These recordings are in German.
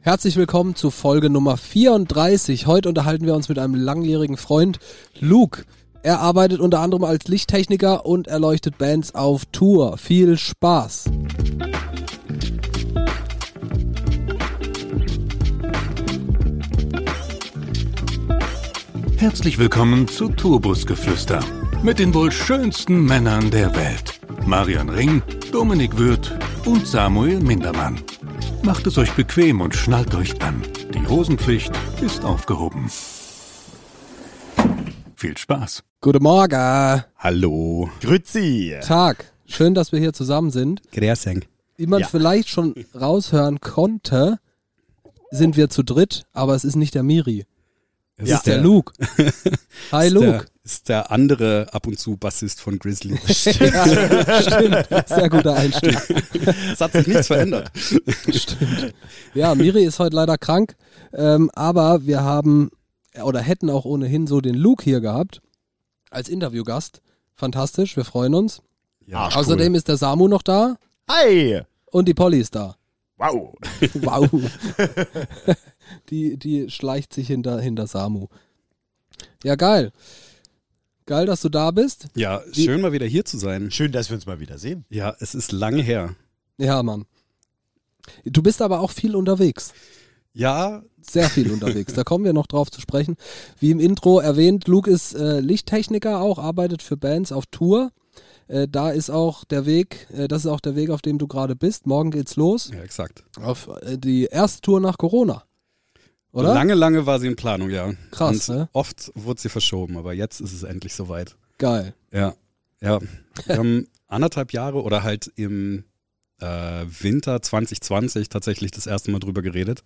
Herzlich willkommen zu Folge Nummer 34. Heute unterhalten wir uns mit einem langjährigen Freund, Luke. Er arbeitet unter anderem als Lichttechniker und erleuchtet Bands auf Tour. Viel Spaß! Herzlich willkommen zu Tourbusgeflüster mit den wohl schönsten Männern der Welt. Marian Ring, Dominik Würth und Samuel Mindermann. Macht es euch bequem und schnallt euch an. Die Hosenpflicht ist aufgehoben. Viel Spaß. Guten Morgen! Hallo. Grüezi. Tag! Schön, dass wir hier zusammen sind. Grüßeng. Wie man Ja. vielleicht schon raushören konnte, sind wir zu dritt, aber es ist nicht der Miri. Es ist der Luke. Hi ist Der, Luke. ist der andere ab und zu Bassist von Grizzly. Ja, stimmt. Sehr guter Einstieg. Es hat sich nichts verändert. Stimmt. Ja, Miri ist heute leider krank, ähm, aber wir haben oder hätten auch ohnehin so den Luke hier gehabt als Interviewgast. Fantastisch, wir freuen uns. Ja, Außerdem ist der Samu noch da Hi! und die Polly ist da. Wow! Wow. die, die schleicht sich hinter, hinter Samu. Ja, geil. Geil, dass du da bist. Ja, schön mal wieder hier zu sein. Schön, dass wir uns mal wiedersehen. Ja, es ist lange her. Ja, Mann. Du bist aber auch viel unterwegs. Ja, sehr viel unterwegs. Da kommen wir noch drauf zu sprechen. Wie im Intro erwähnt, Luke ist äh, Lichttechniker auch, arbeitet für Bands auf Tour. Äh, da ist auch der Weg, äh, das ist auch der Weg, auf dem du gerade bist. Morgen geht's los ja exakt. auf äh, die erste Tour nach Corona. Oder? Lange, lange war sie in Planung, ja. Krass, Und ne? oft wurde sie verschoben, aber jetzt ist es endlich soweit. Geil. Ja, ja. Wir haben anderthalb Jahre oder halt im äh, Winter 2020 tatsächlich das erste Mal drüber geredet.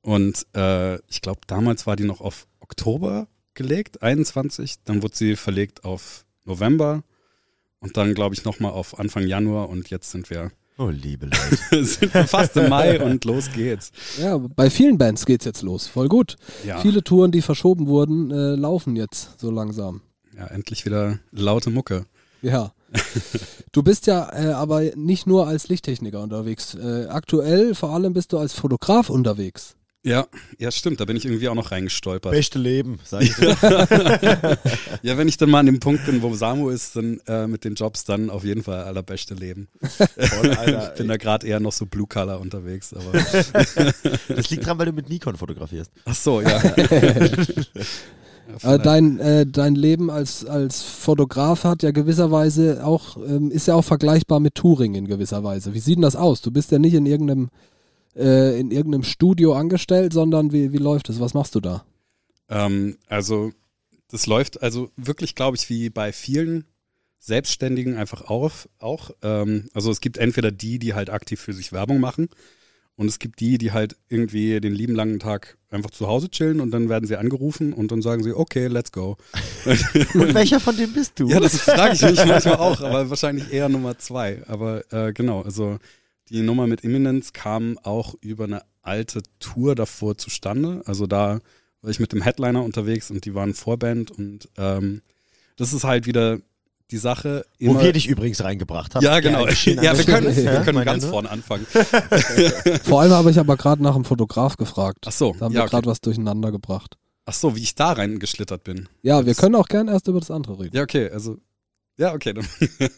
Und äh, ich glaube, damals war die noch auf Oktober gelegt, 21. Dann wurde sie verlegt auf November. Und dann, glaube ich, nochmal auf Anfang Januar. Und jetzt sind wir, Oh, liebe Leute. sind wir fast im Mai und los geht's. Ja, bei vielen Bands geht's jetzt los. Voll gut. Ja, Viele Touren, die verschoben wurden, äh, laufen jetzt so langsam. ja endlich wieder laute Mucke. Ja. Du bist ja äh, aber nicht nur als Lichttechniker unterwegs. Äh, aktuell vor allem bist du als Fotograf unterwegs. Ja, ja, stimmt. Da bin ich irgendwie auch noch reingestolpert. Beste Leben, sag ich dir. Ja, wenn ich dann mal an dem Punkt bin, wo Samu ist, dann äh, mit den Jobs dann auf jeden Fall allerbeste Leben. Voll, Ich Alter. bin da gerade eher noch so Blue Color unterwegs, aber Das liegt dran, weil du mit Nikon fotografierst. ach so, ja. Äh, dein, äh, dein Leben als, als Fotograf hat ja gewisserweise auch, ähm, ist ja auch vergleichbar mit Touring in gewisser Weise. Wie sieht denn das aus? Du bist ja nicht in irgendeinem, äh, in irgendeinem Studio angestellt, sondern wie, wie läuft es? Was machst du da? ähm, also das läuft also wirklich, glaube ich, wie bei vielen Selbstständigen einfach auf, auch. Ähm, also es gibt entweder die, die halt aktiv für sich Werbung machen und es gibt die, die halt irgendwie den lieben langen Tag einfach zu Hause chillen und dann werden sie angerufen und dann sagen sie, okay, let's go. Und welcher von denen bist du? Ja, das frage ich mich manchmal auch, aber wahrscheinlich eher Nummer zwei. Aber äh, genau, also die Nummer mit Imminence kam auch über eine alte Tour davor zustande. Also da war ich mit dem Headliner unterwegs und die waren Vorband und ähm, das ist halt wieder die Sache. Wo immer- wir dich übrigens reingebracht haben. ja, genau. geschehen Ja, an wir der können, wir Stelle. können Meine ne? ganz Hand. vorne anfangen. Vor allem habe ich aber gerade nach einem Fotograf gefragt. Ach so, Da haben ja, wir okay. gerade was durcheinander gebracht. Ach so, wie ich da reingeschlittert bin. Ja, wir Das- können auch gern erst über das andere reden. Ja, okay, also ja, okay, dann,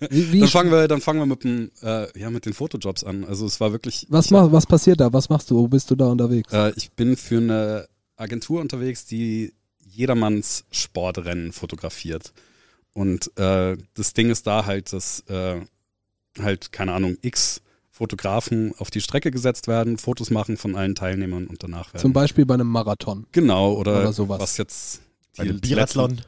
Wie, wie, dann fangen wir, dann fangen wir mit dem, äh, ja, mit den Fotojobs an. Also es war wirklich. was, ich mach, was passiert da? Was machst du? Wo bist du da unterwegs? Äh, ich bin für eine Agentur unterwegs, die jedermanns Sportrennen fotografiert. Und äh, das Ding ist da halt, dass äh, halt, keine Ahnung, x Fotografen auf die Strecke gesetzt werden, Fotos machen von allen Teilnehmern und danach werden. Zum Beispiel bei einem Marathon. genau, oder, Oder sowas. was jetzt. Bei dem die letzten- Biathlon.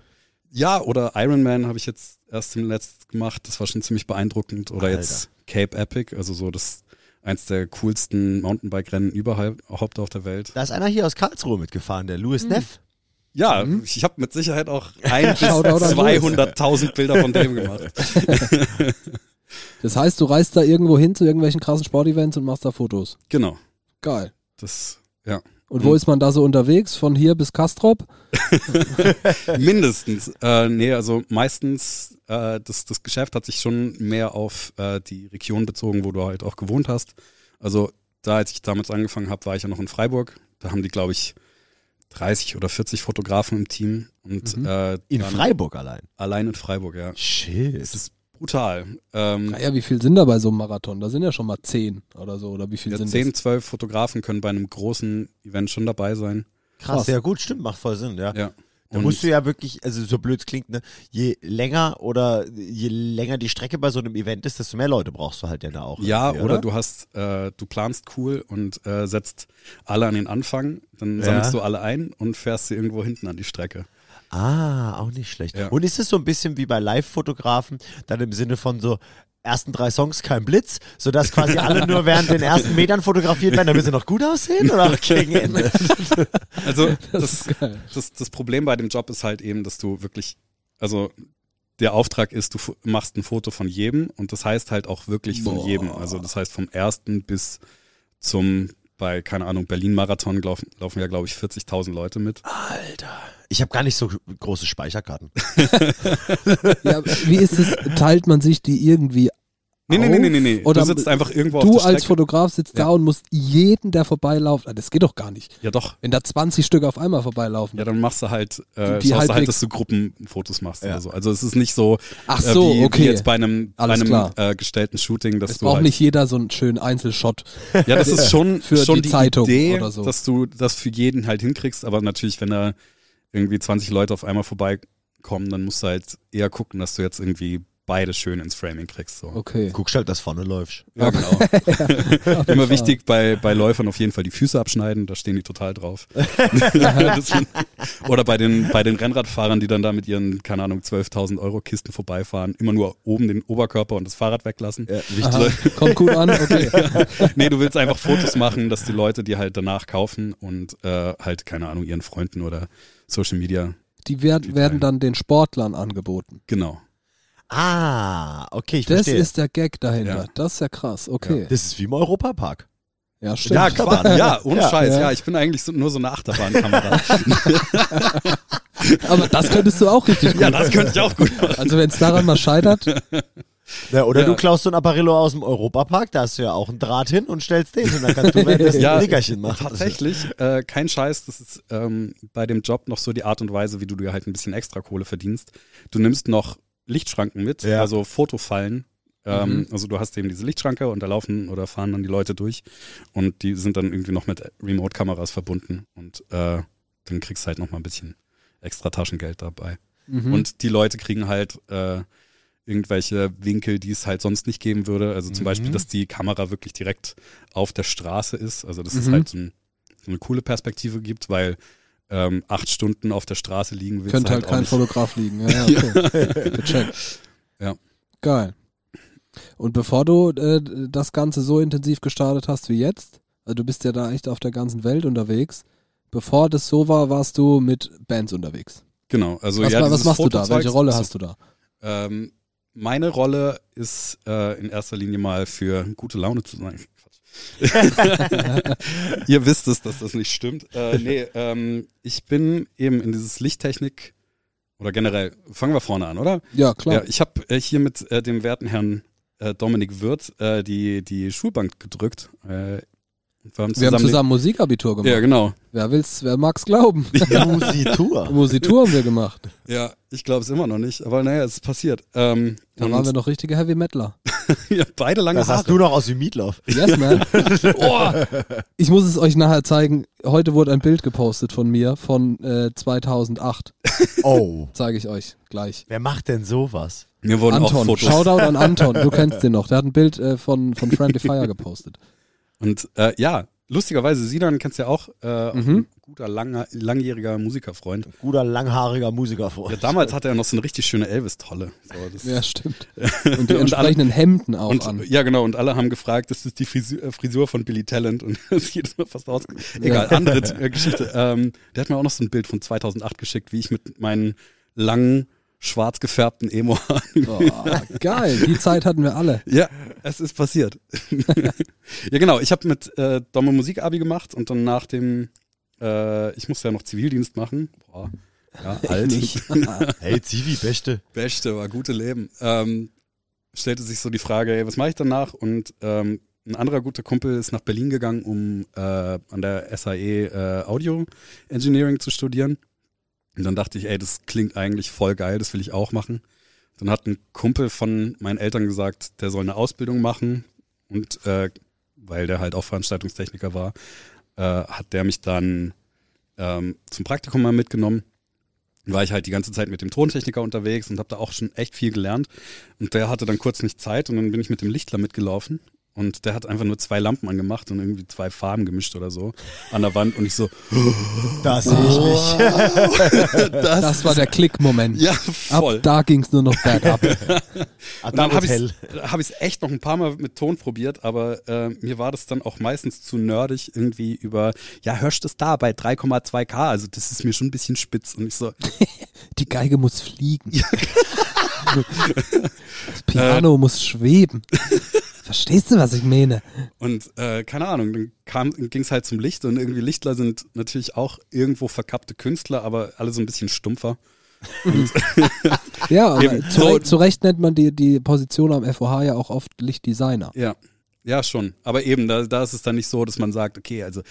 Ja, oder Ironman habe ich jetzt erst im letzten gemacht. Das war schon ziemlich beeindruckend. Oder Alter. jetzt Cape Epic, also so das eins der coolsten Mountainbike-Rennen überhaupt auf der Welt. Da ist einer hier aus Karlsruhe mitgefahren, der Hm. Louis Neff. Ja, ich habe mit Sicherheit auch ein bis Shoutout an 200.000 Bilder von dem gemacht. Das heißt, du reist da irgendwo hin zu irgendwelchen krassen Sportevents und machst da Fotos. Genau. Geil. Das, ja. Und wo Mhm. ist man da so unterwegs? Von hier bis Kastrop? Mindestens. Äh, nee, also meistens, äh, das, das Geschäft hat sich schon mehr auf äh, die Region bezogen, wo du halt auch gewohnt hast. Also da, als ich damals angefangen habe, war ich ja noch in Freiburg. Da haben die, glaube ich, 30 oder 40 Fotografen im Team. Und, Mhm. äh, In dann- Freiburg allein. Allein in Freiburg, ja. Es Shit. ist brutal. Ähm, Naja, wie viel sind da bei so einem Marathon? Da sind ja schon mal zehn oder so. Oder wie viel ja, sind 10, 12 Fotografen können bei einem großen Event schon dabei sein. krass. Krass. Ja, gut, stimmt, macht voll Sinn, ja. Ja. Da Und- musst du ja wirklich, also so blöd es klingt, ne, je länger oder je länger die Strecke bei so einem Event ist, desto mehr Leute brauchst du halt ja da auch. Ja, irgendwie, oder du hast, äh, du planst cool und äh, setzt alle an den Anfang, dann Ja. sammelst du alle ein und fährst sie irgendwo hinten an die Strecke. Ah, auch nicht schlecht. Ja. Und ist es so ein bisschen wie bei Live-Fotografen, dann im Sinne von so ersten drei Songs kein Blitz, sodass quasi alle nur während den ersten Metern fotografiert werden, damit sie noch gut aussehen oder gegen Ende? Also das, das? Ist geil. das, das Problem bei dem Job ist halt eben, dass du wirklich, also der Auftrag ist, du fo- machst ein Foto von jedem und das heißt halt auch wirklich von Boah. jedem. Also das heißt vom ersten bis zum, bei, keine Ahnung, Berlin-Marathon laufen, laufen ja, glaube ich, 40.000 Leute mit. Ich habe gar nicht so große Speicherkarten. Ja, wie ist es? Teilt man sich die irgendwie Nee, nee, nee, nee, nee, nee. Oder du sitzt einfach irgendwo Du auf der als Strecke. Fotograf sitzt Ja. da und musst jeden, der vorbeilauft, Ah, das geht doch gar nicht. Ja doch. Wenn da 20 Stück auf einmal vorbeilaufen. Ja, dann machst du halt, äh, Die schaust du halbwegs- halt, dass du Gruppenfotos machst Ja. oder so. Also es ist nicht so, Ach so, äh, wie, okay. wie jetzt bei einem, bei Alles einem klar. äh, gestellten Shooting, dass es du braucht halt, nicht jeder so einen schönen Einzelshot. ja, das ist schon, für schon die die, Zeitung Idee, oder so. dass du das für jeden halt hinkriegst, aber natürlich, wenn da irgendwie 20 Leute auf einmal vorbeikommen, dann musst du halt eher gucken, dass du jetzt irgendwie beide schön ins Framing kriegst. So. Okay. Guckst halt, dass vorne läufst. Ja, genau. Genau. Immer wichtig bei, bei Läufern auf jeden Fall die Füße abschneiden, da stehen die total drauf. Das- Oder bei den, bei den Rennradfahrern, die dann da mit ihren, keine Ahnung, 12.000 Euro Kisten vorbeifahren, immer nur oben den Oberkörper und das Fahrrad weglassen. Also, Aha, kommt gut an, okay. Nee, du willst einfach Fotos machen, dass die Leute die halt danach kaufen und äh, halt, keine Ahnung, ihren Freunden oder Social Media. Die werd, werden dann den Sportlern angeboten. Genau. Ah, okay, ich Das verstehe. ist der Gag dahinter. Ja. Das ist ja krass, okay. das ist wie im Europapark. Ja, stimmt. Ja, Achterbahn, ja, ohne Ja. Scheiß. Ja. Ja. ich bin eigentlich so, nur so eine Achterbahnkamera. Aber das könntest du auch richtig gut. ja, das könnte ich auch gut machen. also wenn es daran mal scheitert, Ja, oder Ja. du klaust so ein Apparillo aus dem Europapark, da hast du ja auch einen Draht hin und stellst den hin, dann kannst du währenddessen Ja, ein Nickerchen machen. Tatsächlich, äh, kein Scheiß, das ist ähm, bei dem Job noch so die Art und Weise, wie du dir halt ein bisschen extra Kohle verdienst. Du nimmst noch Lichtschranken mit, Ja. also Fotofallen. Ähm, Mhm. Also du hast eben diese Lichtschranke und da laufen oder fahren dann die Leute durch und die sind dann irgendwie noch mit Remote-Kameras verbunden und äh, dann kriegst du halt noch mal ein bisschen extra Taschengeld dabei. mhm. Und die Leute kriegen halt äh, irgendwelche Winkel, die es halt sonst nicht geben würde. Also zum Mhm. Beispiel, dass die Kamera wirklich direkt auf der Straße ist. Also dass es Mhm. halt so, ein, so eine coole Perspektive gibt, weil ähm, acht Stunden auf der Straße liegen willst könnte du halt auch kein nicht. Fotograf liegen. Ja, ja, okay. Gecheckt. Ja. Geil. Und bevor du äh, das Ganze so intensiv gestartet hast wie jetzt, also du bist ja da echt auf der ganzen Welt unterwegs, bevor das so war, warst du mit Bands unterwegs. Genau. Also, was, ja, ma- was dieses machst du da? Fotozeug- Welche Rolle hast du da? Ähm, meine Rolle ist äh, in erster Linie mal für gute Laune zu sein. Quatsch. Ihr wisst es, dass das nicht stimmt. Äh, nee, ähm, ich bin eben in dieses Lichttechnik oder generell, fangen wir vorne an, oder? Ja, klar. Ja, ich habe äh, hier mit äh, dem werten Herrn äh, Dominik Wirth äh, die, die Schulbank gedrückt. Äh, und wir haben Wir haben zusammen Musikabitur gemacht. Ja, genau. Wer will's, wer mag's glauben? Musitur. Musitur haben wir gemacht. Ja, ich glaube es immer noch nicht, aber naja, es ist passiert. Ähm, Da und waren wir noch richtige Heavy Metaler. ja, beide lange Das Haare. hast du noch aus dem Mietlauf. Yes, man. Oh, ich muss es euch nachher zeigen. Heute wurde ein Bild gepostet von mir von äh, 2008. Oh. Zeige ich euch gleich. Wer macht denn sowas? Mir wurden auch Anton, Fotos. Shoutout an Anton, du kennst den noch. Der hat ein Bild äh, von, von Friendly Fire gepostet. Und äh, ja, lustigerweise, Sinan kennst du ja auch, äh, auch Mhm. ein guter, langer, langjähriger Musikerfreund. Guter, langhaariger Musiker vor. Ja, damals hatte er noch so eine richtig schöne Elvis-Tolle. So, das- Oh, Ja, stimmt. Und die Und entsprechenden Hemden auch und, an. ja, genau, und alle haben gefragt, das ist die Frisur, äh, Frisur von Billy Talent und das ist jedes Mal fast aus. Egal, andere äh, Geschichte. Ähm, der hat mir auch noch so ein Bild von 2008 geschickt, wie ich mit meinen langen, schwarz gefärbten emo Oh, geil, die Zeit hatten wir alle. Ja, es ist passiert. ja, genau. Ich habe mit äh, Domme Musikabi gemacht und dann nach dem, äh, ich musste ja noch Zivildienst machen. Boah, ja, alt. Hey, Zivi, Beste. Beste, war gute Leben. Ähm, stellte sich so die Frage, ey, was mache ich danach? Und ähm, ein anderer guter Kumpel ist nach Berlin gegangen, um äh, an der SAE äh, Audio Engineering zu studieren. Und dann dachte ich, ey, das klingt eigentlich voll geil, das will ich auch machen. Dann hat ein Kumpel von meinen Eltern gesagt, der soll eine Ausbildung machen. Und äh, weil der halt auch Veranstaltungstechniker war, äh, hat der mich dann ähm, zum Praktikum mal mitgenommen. Dann war ich halt die ganze Zeit mit dem Tontechniker unterwegs und habe da auch schon echt viel gelernt. Und der hatte dann kurz nicht Zeit und dann bin ich mit dem Lichtler mitgelaufen. Und der hat einfach nur zwei Lampen angemacht und irgendwie zwei Farben gemischt oder so an der Wand. Und ich so, Das sehe ich nicht. Das, war der Klickmoment. äh, ja, Ab voll. da ging es nur noch bergab. Und dann habe ich Hotel. es hab ich's echt noch ein paar Mal mit Ton probiert, aber äh, mir war das dann auch meistens zu nerdig irgendwie über, ja, hörst es da bei 3,2K, also das ist mir schon ein bisschen spitz. Und ich so, Die Geige muss fliegen. Das Äh. Piano muss schweben. Verstehst du, was ich meine? und äh, keine Ahnung, dann kam, ging es halt zum Licht und irgendwie Lichtler sind natürlich auch irgendwo verkappte Künstler, aber alle so ein bisschen stumpfer. Ja, aber Eben, zu, so- Recht- zu Recht nennt man die, die Position am FOH ja auch oft Lichtdesigner. Ja. Ja, schon. Aber eben, da, da ist es dann nicht so, dass man sagt, okay, also,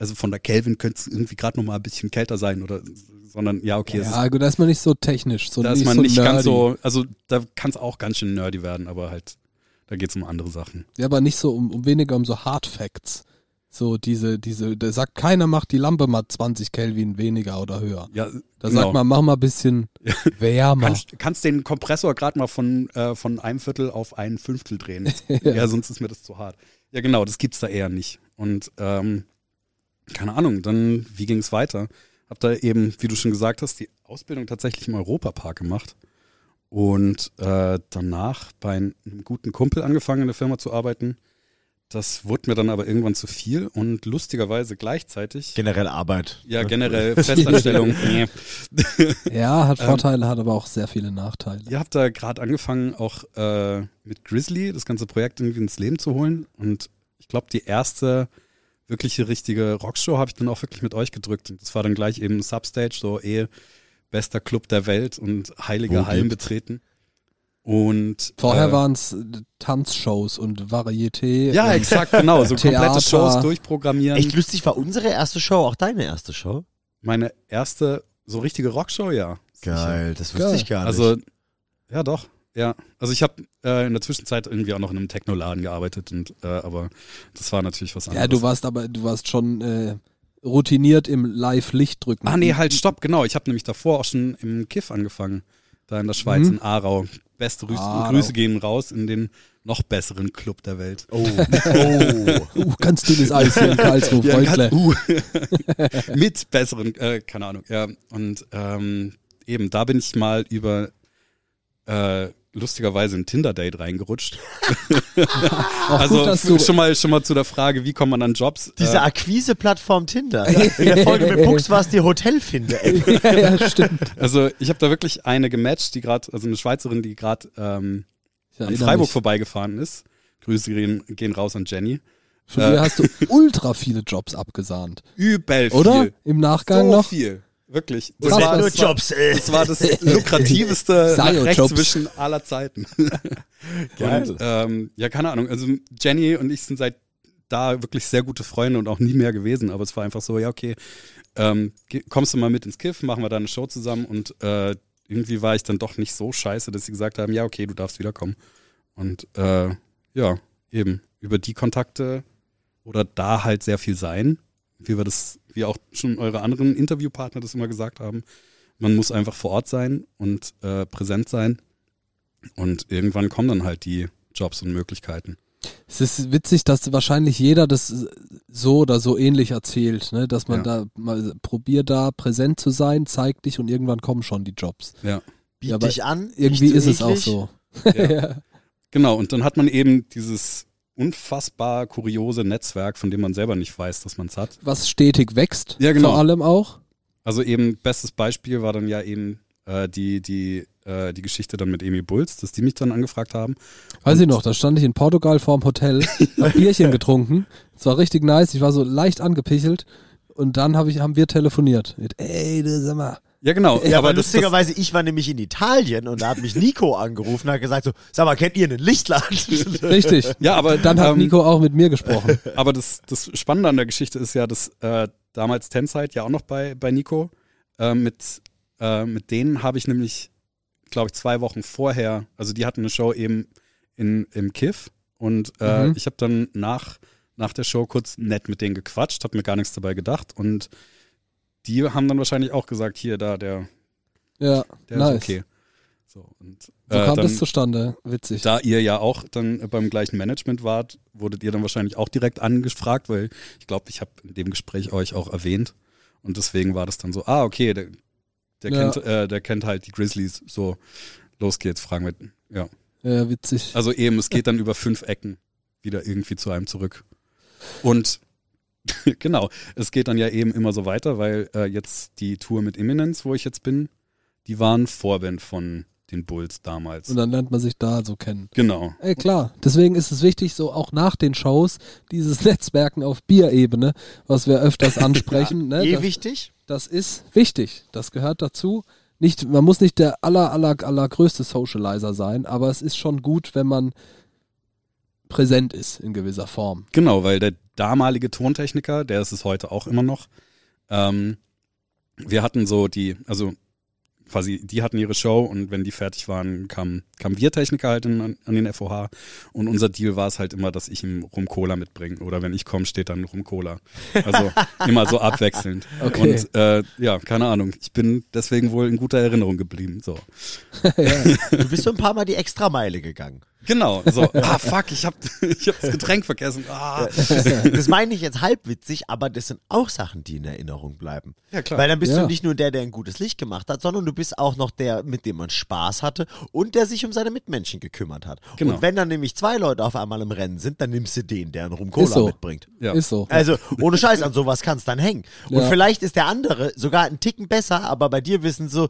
also von der Kelvin könnte es irgendwie gerade noch mal ein bisschen kälter sein oder, sondern ja, okay, es ist Ja, gut, da ist man nicht so technisch, so da nicht ist man so nicht nerdy. ganz so, also da kann es auch ganz schön nerdy werden, aber halt, da geht es um andere Sachen. Ja, aber nicht so um, um weniger um so Hard Facts. So diese, diese, da sagt keiner, macht die Lampe mal 20 Kelvin weniger oder höher. Ja, Da sagt man, mach mal ein bisschen wärmer. Genau. Kannst, kannst den Kompressor gerade mal von, äh, von einem Viertel auf ein Fünftel drehen. ja. sonst ist mir das zu hart. Ja, genau, das gibt's da eher nicht. Und ähm, keine Ahnung, dann, wie ging's weiter? Hab da eben, wie du schon gesagt hast, die Ausbildung tatsächlich im Europapark gemacht. Und äh, danach bei einem guten Kumpel angefangen, in der Firma zu arbeiten. Das wurde mir dann aber irgendwann zu viel und lustigerweise gleichzeitig. Generell Arbeit. ja, generell Festanstellung. nee. Ja, Ähm. hat Vorteile, hat aber auch sehr viele Nachteile. Ihr habt da gerade angefangen, auch äh, mit Grizzly das ganze Projekt irgendwie ins Leben zu holen. Und ich glaube, die erste wirkliche richtige Rockshow habe ich dann auch wirklich mit euch gedrückt. Und das war dann gleich eben Substage, so eh bester Club der Welt und heilige Wo Hallen gibt's? betreten. Und Vorher äh, waren es Tanzshows und Varieté. ja, und exakt, genau. So Theater. komplette Shows durchprogrammieren. Echt lustig war unsere erste Show, auch deine erste Show. Meine erste so richtige Rockshow, ja. Geil, das wusste Geil. ich gar nicht. Also, ja, doch. Ja, also ich habe äh, in der Zwischenzeit irgendwie auch noch in einem Technoladen gearbeitet und äh, aber das war natürlich was anderes. ja, du warst aber, du warst schon äh, routiniert im Live-Lichtdrücken. Ah nee, halt stopp, genau. Ich habe nämlich davor auch schon im Kiff angefangen, da in der Schweiz in Aarau. Beste Grüße, Mhm. Ah, Aarau. Grüße gehen raus in den noch besseren Club der Welt. oh. oh. Uh, ganz dünnes Eis hier in Karlsruhe, Ja, Freundle. ganz- uh. Mit besseren, äh, keine Ahnung. Ja, und ähm, eben, da bin ich mal über äh, lustigerweise ein Tinder-Date reingerutscht. Auch also gut, dass f- du schon mal schon mal zu der Frage, wie kommt man an Jobs? Diese äh, Akquise-Plattform Tinder. In der Folge mit Bux war es die Hotelfinde-App. ja, ja, stimmt. also ich habe da wirklich eine gematcht, die gerade, also eine Schweizerin, die gerade ähm, Ja, eh an Freiburg vorbeigefahren ist. Grüße gehen, gehen raus an Jenny. Von dir hast du ultra viele Jobs abgesahnt, Übel viel. oder? Im Nachgang so noch? viel. Wirklich. Krass, war- was- Nur das war- Jobs, ey. Das war das lukrativste nach Sayo-Jobs. rechts zwischen aller Zeiten. Geil. Und, ähm, ja, keine Ahnung. Also Jenny und ich sind seit da wirklich sehr gute Freunde und auch nie mehr gewesen. Aber es war einfach so, ja, okay, ähm, ge- kommst du mal mit ins Kiff, machen wir da eine Show zusammen. Und äh, irgendwie war ich dann doch nicht so scheiße, dass sie gesagt haben, ja, okay, du darfst wiederkommen. Und äh, ja, eben über die Kontakte oder da halt sehr viel sein, wie wir das, wie auch schon eure anderen Interviewpartner das immer gesagt haben. Man muss einfach vor Ort sein und äh, präsent sein. Und irgendwann kommen dann halt die Jobs und Möglichkeiten. Es ist witzig, dass wahrscheinlich jeder das so oder so ähnlich erzählt, ne? dass man Ja. da mal probier da präsent zu sein, zeig dich und irgendwann kommen schon die Jobs. Ja. Biet Ja, aber dich an. Irgendwie nicht ist zu es auch eklig. so. Genau, und dann hat man eben dieses unfassbar kuriose Netzwerk, von dem man selber nicht weiß, dass man es hat. Was stetig wächst, Ja, genau. vor allem auch. Also eben, bestes Beispiel war dann ja eben äh, die, die, äh, die Geschichte dann mit Emi Bulls, dass die mich dann angefragt haben. Weiß ich noch, da stand ich in Portugal vorm Hotel, hab Bierchen getrunken. Es war richtig nice, ich war so leicht angepichelt. Und dann hab ich, haben wir telefoniert. Mit, Ey, du sag mal, Ja, genau. Ja, aber das- das- lustigerweise, ich war nämlich in Italien und da hat mich Nico angerufen und hat gesagt so, sag mal, kennt ihr einen Lichtladen? Richtig. Ja, aber Dann hat ähm, Nico auch mit mir gesprochen. Aber das, das Spannende an der Geschichte ist ja, dass äh, damals Tenside ja auch noch bei, bei Nico. Äh, mit, äh, mit denen habe ich nämlich, glaube ich, zwei Wochen vorher, also die hatten eine Show eben in, im Kiff und äh, Mhm. ich habe dann nach, nach der Show kurz nett mit denen gequatscht, habe mir gar nichts dabei gedacht und die haben dann wahrscheinlich auch gesagt, hier, da, der, Ja, der nice. ist okay. So, und, So äh, kam dann- das zustande. Witzig. da ihr ja auch dann beim gleichen Management wart, wurdet ihr dann wahrscheinlich auch direkt angefragt, weil ich glaube, ich habe in dem Gespräch euch auch erwähnt. Und deswegen war das dann so, ah, okay, der, der, Ja. kennt, äh, der kennt halt die Grizzlies. So, los geht's, fragen wir. Ja. Ja, witzig. Also eben, es geht dann über fünf Ecken wieder irgendwie zu einem zurück. Und genau, es geht dann ja eben immer so weiter, weil äh, jetzt die Tour mit Imminence, wo ich jetzt bin, die waren Vorband von den Bulls damals. Und dann lernt man sich da so kennen. Genau. Ey, klar. Deswegen ist es wichtig, so auch nach den Shows dieses Netzwerken auf Bierebene, was wir öfters ansprechen. ne? Eh das, wichtig. das ist wichtig. Das gehört dazu. Nicht, man muss nicht der aller, aller, allergrößte Socializer sein, aber es ist schon gut, wenn man präsent ist in gewisser Form. Genau, weil der damalige Tontechniker, der ist es heute auch immer noch, ähm, wir hatten so die, also quasi, die hatten ihre Show und wenn die fertig waren, kamen kam wir Techniker halt in, an an den FOH und unser Deal war es halt immer, dass ich ihm Rum Cola mitbringe oder wenn ich komme, steht dann Rum Cola. Also immer so abwechselnd. Okay. Und äh, ja, keine Ahnung, ich bin deswegen wohl in guter Erinnerung geblieben. So. Du bist so ein paar Mal die Extrameile gegangen. Genau, so, ah fuck, ich hab, ich hab das Getränk vergessen. Ah. Das meine ich jetzt halbwitzig, aber das sind auch Sachen, die in Erinnerung bleiben. Ja, klar. Weil dann bist Ja. du nicht nur der, der ein gutes Licht gemacht hat, sondern du bist auch noch der, mit dem man Spaß hatte und der sich um seine Mitmenschen gekümmert hat. Genau. Und wenn dann nämlich zwei Leute auf einmal im Rennen sind, dann nimmst du den, der einen Rum Cola Ist so. mitbringt. Ja. Ist so. Also, ohne Scheiß, an sowas kann es dann hängen. Und Ja. vielleicht ist der andere sogar einen Ticken besser, aber bei dir wissen so,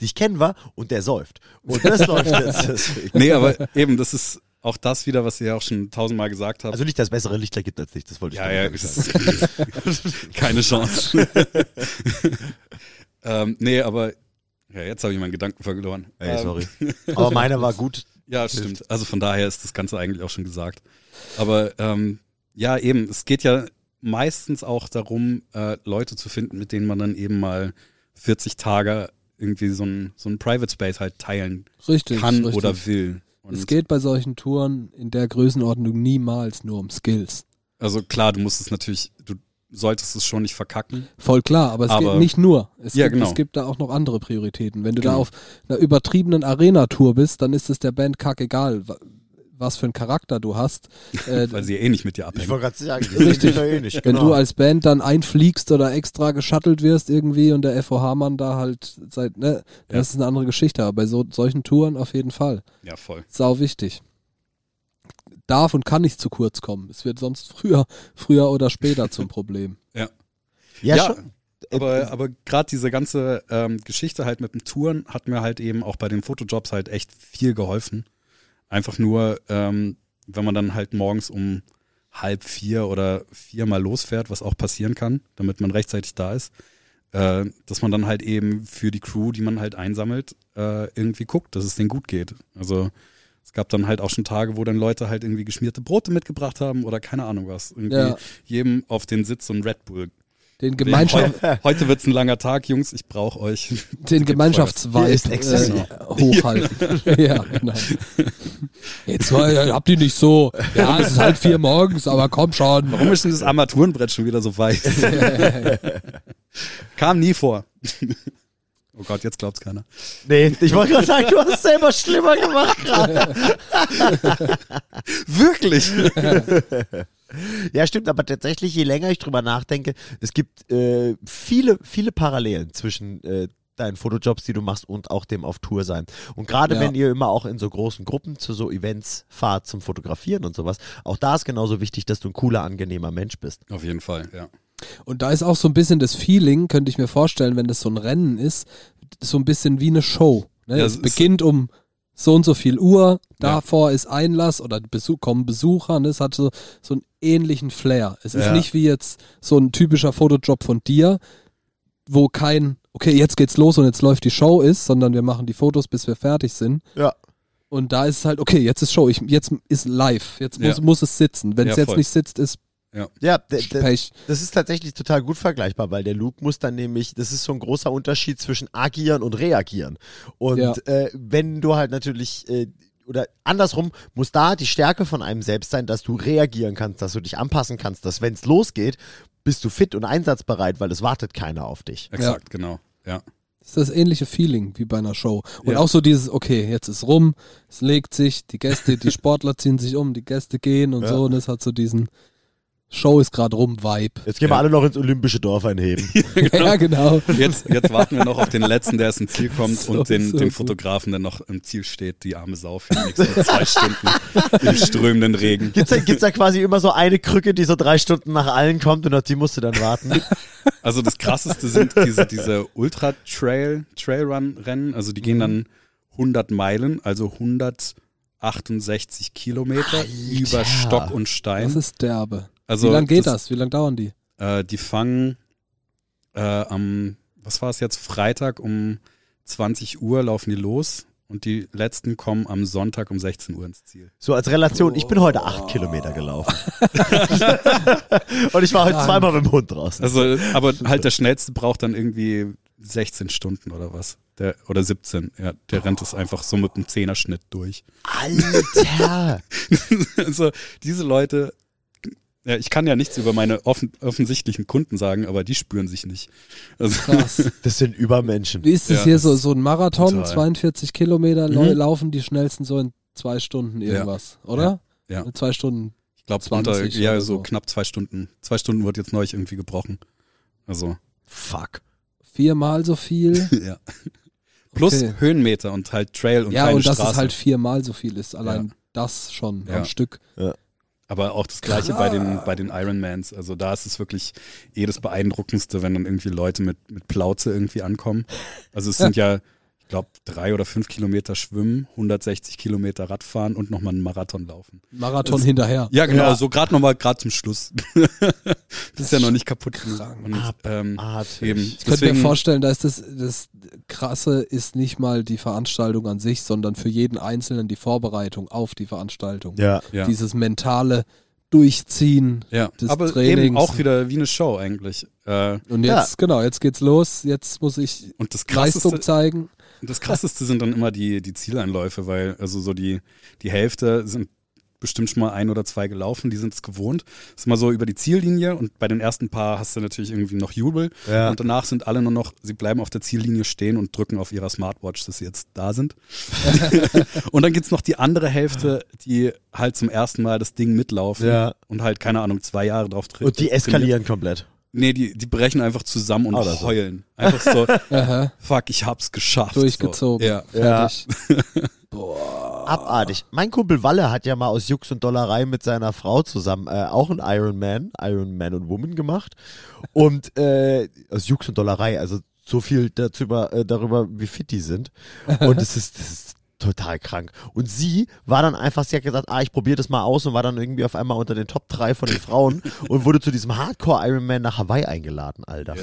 dich kennen wir und der säuft. Und das läuft jetzt deswegen. Nee, aber eben, das ist auch das wieder, was ihr ja auch schon tausendmal gesagt habt. Also nicht, dass bessere Lichter gibt als dich, das wollte ich ja, nur ja, damit das sagen. ist keine Chance. ähm, nee, aber ja, jetzt habe ich meinen Gedanken verloren. Ey, ähm, sorry. Aber meiner war gut. Ja, stimmt. Also von daher ist das Ganze eigentlich auch schon gesagt. Aber ähm, ja, eben, es geht ja meistens auch darum, äh, Leute zu finden, mit denen man dann eben mal 40 Tage irgendwie so ein, so ein Private Space halt teilen richtig. kann richtig. oder will. Und es geht bei solchen Touren in der Größenordnung niemals nur um Skills. Also klar, du musst es natürlich, du solltest es schon nicht verkacken. Voll klar, aber es Aber- geht nicht nur. Es, Ja, gibt, genau. es gibt da auch noch andere Prioritäten. Wenn du da Genau. auf einer übertriebenen Arena-Tour bist, dann ist es der Band kackegal, wa- was für einen Charakter du hast. Äh, Weil sie eh nicht mit dir Ich abhängen. wollte gerade sagen, die sind ja eh nicht. wenn genau. du als Band dann einfliegst oder extra geschattelt wirst irgendwie und der FOH-Mann da halt seit, ne, Ja. das ist eine andere Geschichte, aber bei so, solchen Touren auf jeden Fall. Ja, voll. Sau wichtig. Darf und kann nicht zu kurz kommen. Es wird sonst früher, früher oder später zum Problem. ja, Äh, Ja, schon. Aber, aber gerade diese ganze ähm, Geschichte halt mit dem Touren hat mir halt eben auch bei den Fotojobs halt echt viel geholfen. Einfach nur, ähm, wenn man dann halt morgens um halb vier oder vier mal losfährt, was auch passieren kann, damit man rechtzeitig da ist, äh, dass man dann halt eben für die Crew, die man halt einsammelt, äh, irgendwie guckt, dass es denen gut geht. Also es gab dann halt auch schon Tage, wo dann Leute halt irgendwie geschmierte Brote mitgebracht haben oder keine Ahnung was. Irgendwie Ja. jedem auf den Sitz so ein Red Bull Den Gemeinschaft, Heute, heute wird es ein langer Tag, Jungs. Ich brauche euch. den Gemeinschaftsvibe Hier ist Exzess. äh, hochhalten. ja, genau. Jetzt äh, habt ihr nicht so. Ja, es ist halb vier morgens, aber komm schon. Warum ist denn das Armaturenbrett schon wieder so weit? Kam nie vor. Oh Gott, jetzt glaubt's keiner. Nee, ich wollte gerade sagen, du hast es selber schlimmer gemacht gerade. Wirklich? Ja, stimmt, aber tatsächlich, je länger ich drüber nachdenke, es gibt äh, viele, viele Parallelen zwischen äh, deinen Fotojobs, die du machst und auch dem auf Tour sein. Und gerade Ja. wenn ihr immer auch in so großen Gruppen zu so Events fahrt zum Fotografieren und sowas, auch da ist genauso wichtig, dass du ein cooler, angenehmer Mensch bist. Auf jeden Fall, ja. Und da ist auch so ein bisschen das Feeling, könnte ich mir vorstellen, wenn das so ein Rennen ist, so ein bisschen wie eine Show. Ne? Ja, es es ist- beginnt um so und so viel Uhr, Ja. davor ist Einlass oder Besuch, kommen Besucher. Ne? Es hat so, so einen ähnlichen Flair. Es ist Ja. nicht wie jetzt so ein typischer Fotojob von dir, wo kein okay, jetzt geht's los und jetzt läuft die Show ist, sondern wir machen die Fotos, bis wir fertig sind. Ja. Und da ist es halt, okay, jetzt ist Show, ich, jetzt ist live, jetzt muss, Ja. muss es sitzen. Wenn es Ja, jetzt voll. nicht sitzt, ist Ja, Äh, d- d- Pech. Das ist tatsächlich total gut vergleichbar, weil der Luke muss dann nämlich, das ist so ein großer Unterschied zwischen agieren und reagieren. Und Ja. äh, wenn du halt natürlich, äh, oder andersrum, muss da die Stärke von einem selbst sein, dass du reagieren kannst, dass du dich anpassen kannst, dass wenn es losgeht, bist du fit und einsatzbereit, weil es wartet keiner auf dich. Exakt, genau. Ja. ist das ähnliche Feeling wie bei einer Show. Und Ja. auch so dieses, okay, jetzt ist rum, es legt sich, die Gäste, die Sportler ziehen sich um, die Gäste gehen und Ja. so. Und es hat so diesen Show ist gerade rum Vibe. Jetzt gehen wir alle noch ins olympische Dorf einheben. Ja, genau. Jetzt, jetzt warten wir noch auf den letzten, der es ins Ziel kommt So, und den, so den gut. Fotografen, der noch im Ziel steht, die Arme sau für die nächsten zwei Stunden im strömenden Regen. Gibt's da, gibt's da quasi immer so eine Krücke, die so drei Stunden nach allen kommt und auf die musst du dann warten? Also das krasseste sind diese, diese Ultra-Trail, Trailrun-Rennen. Also die Mhm. gehen dann 100 Meilen, also 168 Kilometer über Stock und Das Stein. ist derbe. Also Wie lange geht das? Wie lange dauern die? Äh, die fangen äh, am, was war es jetzt, Freitag um 20 Uhr laufen die los und die letzten kommen am Sonntag um 16 Uhr ins Ziel. So als Relation, ich bin heute acht Kilometer gelaufen. und ich war heute zweimal mit dem Hund draußen. Also, aber halt der schnellste braucht dann irgendwie 16 Stunden oder was. Der, oder 17. Ja, der rennt es einfach so mit einem Zehnerschnitt durch. Alter! also diese Leute, ja, ich kann ja nichts über meine offen, offensichtlichen Kunden sagen, aber die spüren sich nicht. Also, Krass. Das sind Übermenschen. Wie ist es Ja, hier das so? ist So ein Marathon, total. 42 Kilometer, lau- Mhm. laufen die schnellsten so in zwei Stunden irgendwas, oder? Ja. In Zwei Stunden. ich glaube, 20 unter ja, oder so so. knapp zwei Stunden. Zwei Stunden wird jetzt neulich irgendwie gebrochen. Also, Fuck. Viermal so viel. ja. Plus Okay. Höhenmeter und halt Trail und ja, keine und dass Straße. es halt viermal so viel ist. Allein Ja. das schon Ja. am Stück. Aber auch das gleiche bei den, Ah. bei den Ironmans. Also da ist es wirklich eh das Beeindruckendste, wenn dann irgendwie Leute mit, mit Plauze irgendwie ankommen. Also es sind ja, ich glaube, drei oder fünf Kilometer Schwimmen, 160 Kilometer Radfahren und nochmal einen Marathon laufen. Marathon hinterher. Ja, genau, Ja. so gerade nochmal, gerade zum Schluss. das ist ja noch nicht kaputt. krank. Und, ähm, Abartig. eben, Ich könnte mir deswegen, vorstellen, dass das, das Krasse ist nicht mal die Veranstaltung an sich, sondern für jeden Einzelnen die Vorbereitung auf die Veranstaltung. Ja. ja, Dieses mentale Durchziehen. ja. des aber eben Trainings. auch wieder wie eine Show eigentlich. Äh, Und Ja. jetzt, genau, jetzt geht's los. Jetzt muss ich und das Krasseste, Leistung zeigen. Das krasseste sind dann immer die, die Zieleinläufe, weil also so die, die Hälfte sind bestimmt schon mal ein oder zwei gelaufen, die sind es gewohnt. ist immer so über die Ziellinie und bei den ersten paar hast du natürlich irgendwie noch Jubel Ja. und danach sind alle nur noch, sie bleiben auf der Ziellinie stehen und drücken auf ihrer Smartwatch, dass sie jetzt da sind. und dann gibt's noch die andere Hälfte, die halt zum ersten Mal das Ding mitlaufen Ja. und halt, keine Ahnung, zwei Jahre drauf treten. Und die eskalieren komplett. Nee, die, die brechen einfach zusammen und Oder so. heulen. Einfach so, Aha, fuck, ich hab's geschafft. durchgezogen. So. Ja. Fertig. Abartig. Mein Kumpel Walle hat ja mal aus Jux und Dollerei mit seiner Frau zusammen äh, auch einen Iron Man, Iron Man und Woman gemacht. Und äh, aus Jux und Dollerei, also so viel dazu, über- äh, darüber, wie fit die sind. Und es ist, das ist total krank. Und sie war dann einfach, sie hat gesagt, ah, ich probiere das mal aus und war dann irgendwie auf einmal unter den Top 3 von den Frauen und wurde zu diesem Hardcore Iron Man nach Hawaii eingeladen, Alter.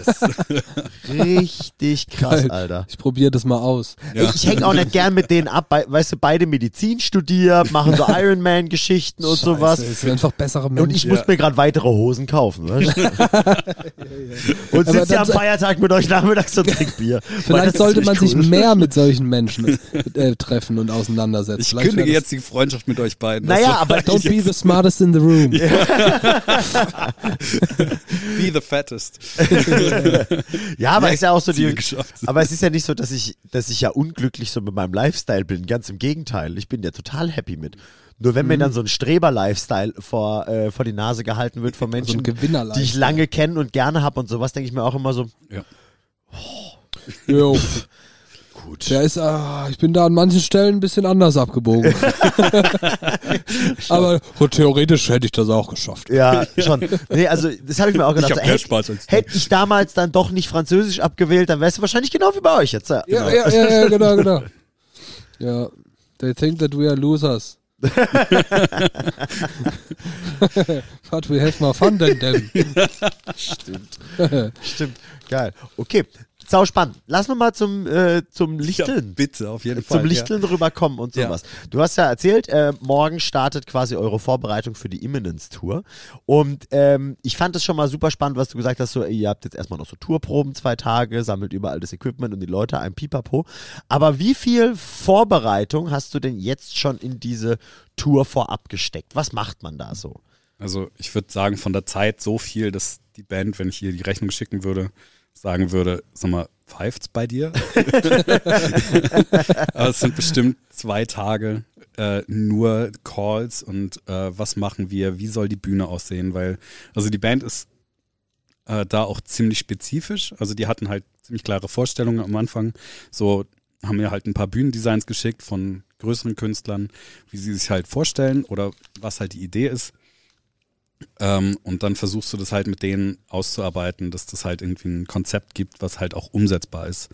Richtig krass, Geil. Alter. Ich probiere das mal aus. Ja. Ich, ich hänge auch nicht gern mit denen ab, bei, weißt du, beide Medizin studiert, machen so Ironman-Geschichten und sowas. Scheiße, es sind einfach bessere Menschen. Und ich muss mir gerade weitere Hosen kaufen. Ne? und Aber sitze dann am so- Feiertag mit euch nachmittags und trink Bier. Mann, das Vielleicht ist sollte echt man sich cool. mehr mit solchen Menschen äh, treffen und auseinandersetzen. Ich Vielleicht kündige wäre jetzt die Freundschaft mit euch beiden. Naja, Also, aber das- Don't be the smartest in the room. be the fattest. Ja, aber ist ja auch so Ziel die. geschafft. Aber es ist ja nicht so, dass ich, dass ich ja unglücklich so mit meinem Lifestyle bin. Ganz im Gegenteil, ich bin ja total happy mit. Nur wenn mir Mhm. dann so ein Streber-Lifestyle vor, äh, vor die Nase gehalten wird von So Menschen, ein Gewinner die ich lange kenne und gerne habe und sowas, denke ich mir auch immer so, Ja. Jo, gut. der ist, ah, ich bin da an manchen Stellen ein bisschen anders abgebogen. Aber so theoretisch hätte ich das auch geschafft. Ja, schon. Nee, also das habe ich mir auch gedacht. Ich hab so, mehr hätt- Spaß als du. Hätte ich damals dann doch nicht Französisch abgewählt, dann wärst du wahrscheinlich genau wie bei euch jetzt. Ja. Ja, ja, ja, ja, genau, genau. Ja, they think that we are losers. But we have more fun than them. Stimmt, geil. Okay, sau spannend. Lass noch mal zum, äh, zum Ja, Lichteln. bitte, auf jeden Fall. Äh, zum Lichteln rüberkommen und Ja. sowas. Du hast ja erzählt, äh, morgen startet quasi eure Vorbereitung für die Imminence-Tour. Und ähm, ich fand es schon mal super spannend, was du gesagt hast. So, ey, ihr habt jetzt erstmal noch so Tourproben, zwei Tage, sammelt überall das Equipment und die Leute ein Pipapo. Aber wie viel Vorbereitung hast du denn jetzt schon in diese Tour vorab gesteckt? Was macht man da so? Ja. Also ich würde sagen, von der Zeit so viel, dass die Band, wenn ich ihr die Rechnung schicken würde, sagen würde, sag mal, pfeift's bei dir? Aber es sind bestimmt zwei Tage äh, nur Calls und äh, was machen wir, wie soll die Bühne aussehen, weil, also die Band ist äh, da auch ziemlich spezifisch. Also die hatten halt ziemlich klare Vorstellungen am Anfang. So haben mir halt ein paar Bühnendesigns geschickt von größeren Künstlern, wie sie sich halt vorstellen oder was halt die Idee ist. Ähm, und dann versuchst du das halt mit denen auszuarbeiten, dass das halt irgendwie ein Konzept gibt, was halt auch umsetzbar ist.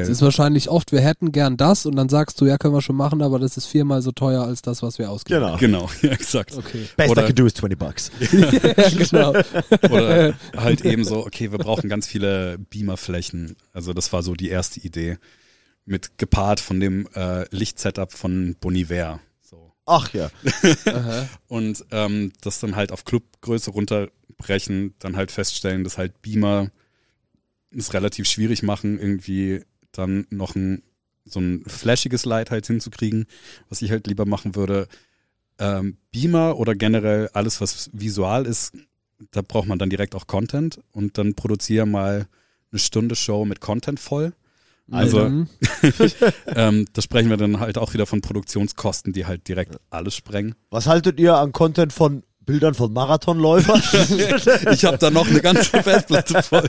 Es ist wahrscheinlich oft, wir hätten gern das und dann sagst du, ja, können wir schon machen, aber das ist viermal so teuer als das, was wir ausgeben. Genau. Genau, ja, exakt. Okay. Best I Oder- can do is 20 bucks. genau. Oder halt eben so, okay, wir brauchen ganz viele Beamerflächen. Also das war so die erste Idee. Mit gepaart von dem äh, Lichtsetup von Boniver. So. Ach ja. Aha. Und ähm, das dann halt auf Clubgröße runterbrechen, dann halt feststellen, dass halt Beamer es relativ schwierig machen, irgendwie dann noch ein, so ein flashiges Light halt hinzukriegen. Was ich halt lieber machen würde, ähm, Beamer oder generell alles, was visual ist, da braucht man dann direkt auch Content und dann produziere mal eine Stunde Show mit Content voll. Also- Mhm. Ähm, da sprechen wir dann halt auch wieder von Produktionskosten, die halt direkt alles sprengen. Was haltet ihr an Content von Bildern von Marathonläufern? Ich habe da noch eine ganze Festplatte voll.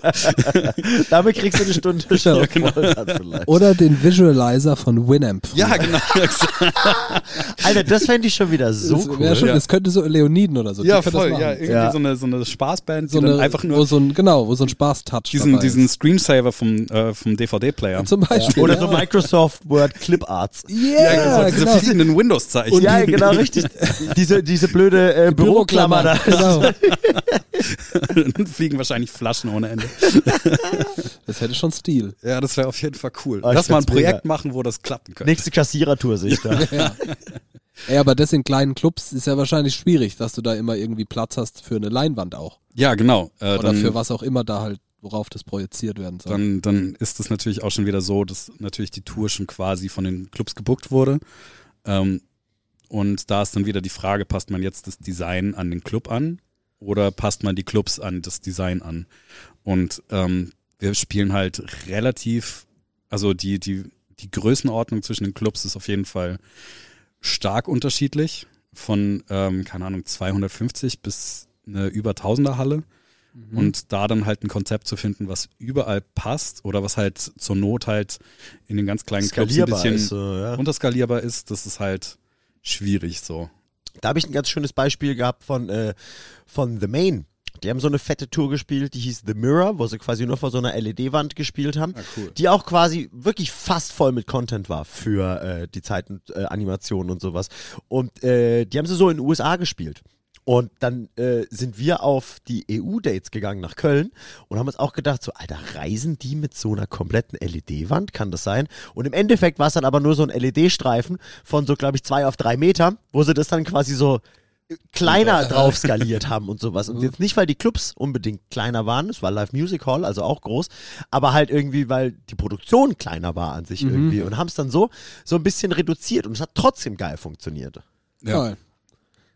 Damit kriegst du eine Stunde schon Ja, genau. voll dann vielleicht. Oder den Visualizer von Winamp. Ja, genau. Alter, das fände ich schon wieder so das, cool. wär schon, ja. das könnte so Leoniden oder so. ja, die können voll. Das Ja, machen. irgendwie Ja. So, eine, so eine Spaßband, So die eine, dann einfach wo nur so ein, genau, wo so ein Spaß-Touch diesen, dabei diesen ist. Screensaver vom, äh, vom DVD-Player. Zum Beispiel. Oder ja. so Microsoft Word Clip Arts. Yeah, so diese genau. fliegenden Windows-Zeichen. ja, genau, richtig. Diese, diese blöde äh, Büroklammer da. Genau. Dann fliegen wahrscheinlich Flaschen ohne Ende. Das hätte schon Stil. Ja, das wäre auf jeden Fall cool. Ah, ich Lass mal ein find's mega. Projekt machen, wo das klappen könnte. Nächste Kassierertour sehe ich da. Ja. Ey, aber das in kleinen Clubs ist ja wahrscheinlich schwierig, dass du da immer irgendwie Platz hast für eine Leinwand auch. Ja, genau. Äh, Oder dann, für was auch immer da halt, worauf das projiziert werden soll. Dann, dann ist es natürlich auch schon wieder so, dass natürlich die Tour schon quasi von den Clubs gebuckt wurde. Ähm, und da ist dann wieder die Frage, passt man jetzt das Design an den Club an oder passt man die Clubs an das Design an? Und ähm, wir spielen halt relativ, also die, die, die Größenordnung zwischen den Clubs ist auf jeden Fall stark unterschiedlich. Von, ähm, keine Ahnung, 250 bis eine über 1000er Halle. Und da dann halt ein Konzept zu finden, was überall passt oder was halt zur Not halt in den ganz kleinen Clubs ein bisschen ist, äh, ja. unterskalierbar ist, das ist halt schwierig so. Da habe ich ein ganz schönes Beispiel gehabt von, äh, von The Main. Die haben so eine fette Tour gespielt, die hieß The Mirror, wo sie quasi nur vor so einer LED-Wand gespielt haben, die auch quasi wirklich fast voll mit Content war für äh, die Zeiten, äh, Animationen und sowas. Und äh, die haben sie so in den USA gespielt. Und dann äh, sind wir auf die EU-Dates gegangen nach Köln und haben uns auch gedacht, so, Alter, reisen die mit so einer kompletten LED-Wand? Kann das sein? Und im Endeffekt war es dann aber nur so ein LED-Streifen von so, glaube ich, zwei auf drei Meter, wo sie das dann quasi so äh, kleiner drauf skaliert haben und sowas. Und jetzt nicht, weil die Clubs unbedingt kleiner waren, es war Live Music Hall, also auch groß, aber halt irgendwie, weil die Produktion kleiner war an Mhm. sich irgendwie und haben es dann so, so ein bisschen reduziert und es hat trotzdem geil funktioniert. Ja. Geil.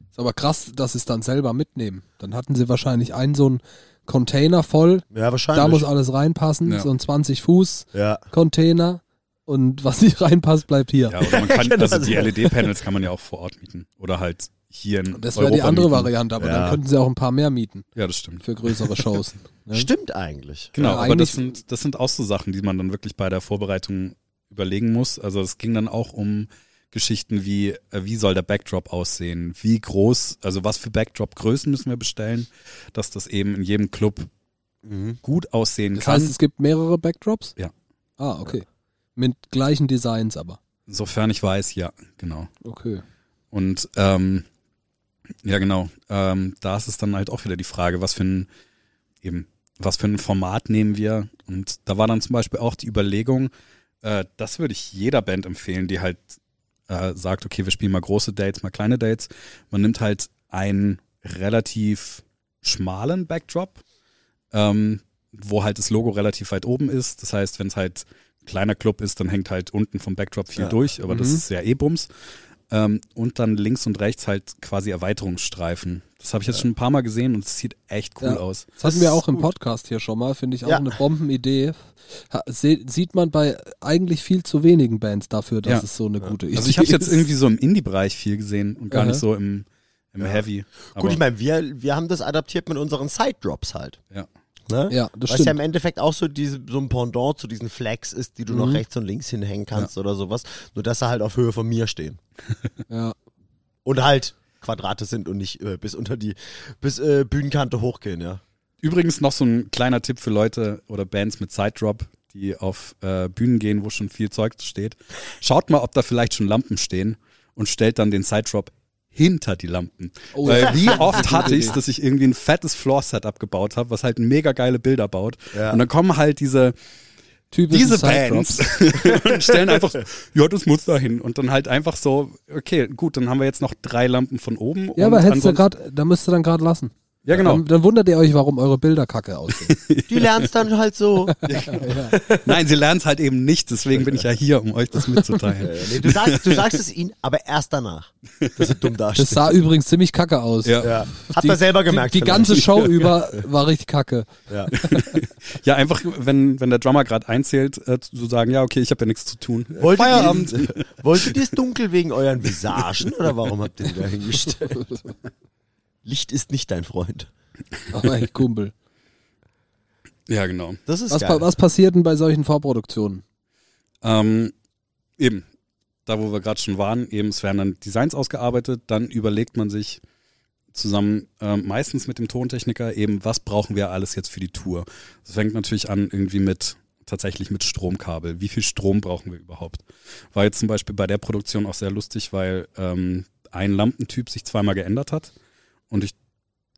Ist aber krass, dass sie es dann selber mitnehmen. Dann hatten sie wahrscheinlich einen so einen Container voll. Ja, wahrscheinlich. Da muss alles reinpassen. Ja. So ein 20 Fuß ja. Container. Und was nicht reinpasst, bleibt hier. Ja, oder man kann, Genau, also die so. LED-Panels kann man ja auch vor Ort mieten. Oder halt hier in Das wäre Europa die andere mieten. Variante, aber Ja. dann könnten sie auch ein paar mehr mieten Ja, das stimmt. für größere Shows. ne? Stimmt eigentlich. Genau, Ja, aber das Äh, eigentlich- sind, das sind auch so Sachen, die man dann wirklich bei der Vorbereitung überlegen muss. Also es ging dann auch um Geschichten wie, äh, wie soll der Backdrop aussehen? Wie groß, also was für Backdrop-Größen müssen wir bestellen, dass das eben in jedem Club gut aussehen Mhm. Das kann. heißt, es gibt mehrere Backdrops? Ja. Ah, okay. Mit gleichen Designs aber. Sofern ich weiß, ja, genau. Okay. Und ähm, ja, genau. Ähm, da ist es dann halt auch wieder die Frage, was für ein eben was für ein Format nehmen wir? Und da war dann zum Beispiel auch die Überlegung, äh, das würde ich jeder Band empfehlen, die halt äh, sagt, okay, wir spielen mal große Dates, mal kleine Dates. Man nimmt halt einen relativ schmalen Backdrop, ähm, wo halt das Logo relativ weit oben ist. Das heißt, wenn es halt ein kleiner Club ist, dann hängt halt unten vom Backdrop viel Ja. durch, aber das Mhm. ist ja eh Bums. Ähm, und dann links und rechts halt quasi Erweiterungsstreifen. Das habe ich jetzt schon ein paar Mal gesehen und es sieht echt cool Ja. aus. Das hatten wir ist auch im gut. Podcast hier schon mal, finde ich auch Ja. eine Bombenidee. Ha, se, sieht man bei eigentlich viel zu wenigen Bands dafür, dass Ja. es so eine gute Idee ist. Also ich habe jetzt irgendwie so im Indie-Bereich viel gesehen und gar Aha. nicht so im, im Heavy. Aber Gut, ich meine, wir, wir haben das adaptiert mit unseren Side-Drops halt. Ja. Ne? Ja, das Was ja stimmt. im Endeffekt auch so, diese, so ein Pendant zu diesen Flags ist, die du Mhm. noch rechts und links hinhängen kannst oder sowas. Nur, dass sie halt auf Höhe von mir stehen. Ja. Und halt Quadrate sind und nicht äh, bis unter die, bis äh, Bühnenkante hochgehen, ja. übrigens noch so ein kleiner Tipp für Leute oder Bands mit Side-Drop, die auf äh, Bühnen gehen, wo schon viel Zeug steht. Schaut mal, ob da vielleicht schon Lampen stehen und stellt dann den Side-Drop hinter die Lampen. Oh, Weil ja. wie oft hatte ich Idee. dass ich irgendwie ein fettes Floor-Set abgebaut habe, was halt mega geile Bilder baut. Ja. Und dann kommen halt diese Typisch diese Bands und stellen einfach, so, ja, das muss dahin. Und dann halt einfach so, okay, gut, dann haben wir jetzt noch drei Lampen von oben. Ja, und aber hättest du ansonsten- gerade, da müsst ihr dann gerade lassen. Ja, genau. Dann, dann wundert ihr euch, warum eure Bilder kacke aussehen. Die lernst dann halt so. Nein, sie lernen es halt eben nicht, deswegen bin ich ja hier, um euch das mitzuteilen. Nee, du, sagst, du sagst es ihnen, aber erst danach. Dass sie dumm Das dastehen. sah übrigens ziemlich kacke aus. Ja. Ja. Hat Die- man selber gemerkt. Die, die vielleicht. ganze Show über war richtig kacke. Ja. ja, einfach, wenn, wenn der Drummer gerade einzählt, äh, zu sagen, ja, okay, ich habe ja nichts zu tun. Wolltet Feierabend. Ihr, wolltet ihr es dunkel wegen euren Visagen oder warum habt ihr die da hingestellt? Licht ist nicht dein Freund. Oh Aber ein Kumpel. Ja, genau. Das ist Was, geil. pa was passiert denn bei solchen Vorproduktionen? Ähm, eben, da wo wir gerade schon waren, eben, es werden dann Designs ausgearbeitet, dann überlegt man sich zusammen, ähm, meistens mit dem Tontechniker, eben, was brauchen wir alles jetzt für die Tour. Das fängt natürlich an irgendwie mit, tatsächlich mit Stromkabel. Wie viel Strom brauchen wir überhaupt? War jetzt zum Beispiel bei der Produktion auch sehr lustig, weil ähm, ein Lampentyp sich zweimal geändert hat und ich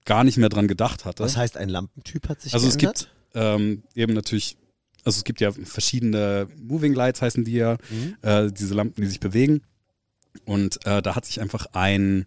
gar nicht mehr dran gedacht hatte. Was heißt, ein Lampentyp hat sich Also es geändert? gibt ähm, eben natürlich, also es gibt ja verschiedene Moving Lights heißen die ja, Hm? äh, diese Lampen, die sich bewegen. Und äh, da hat sich einfach ein,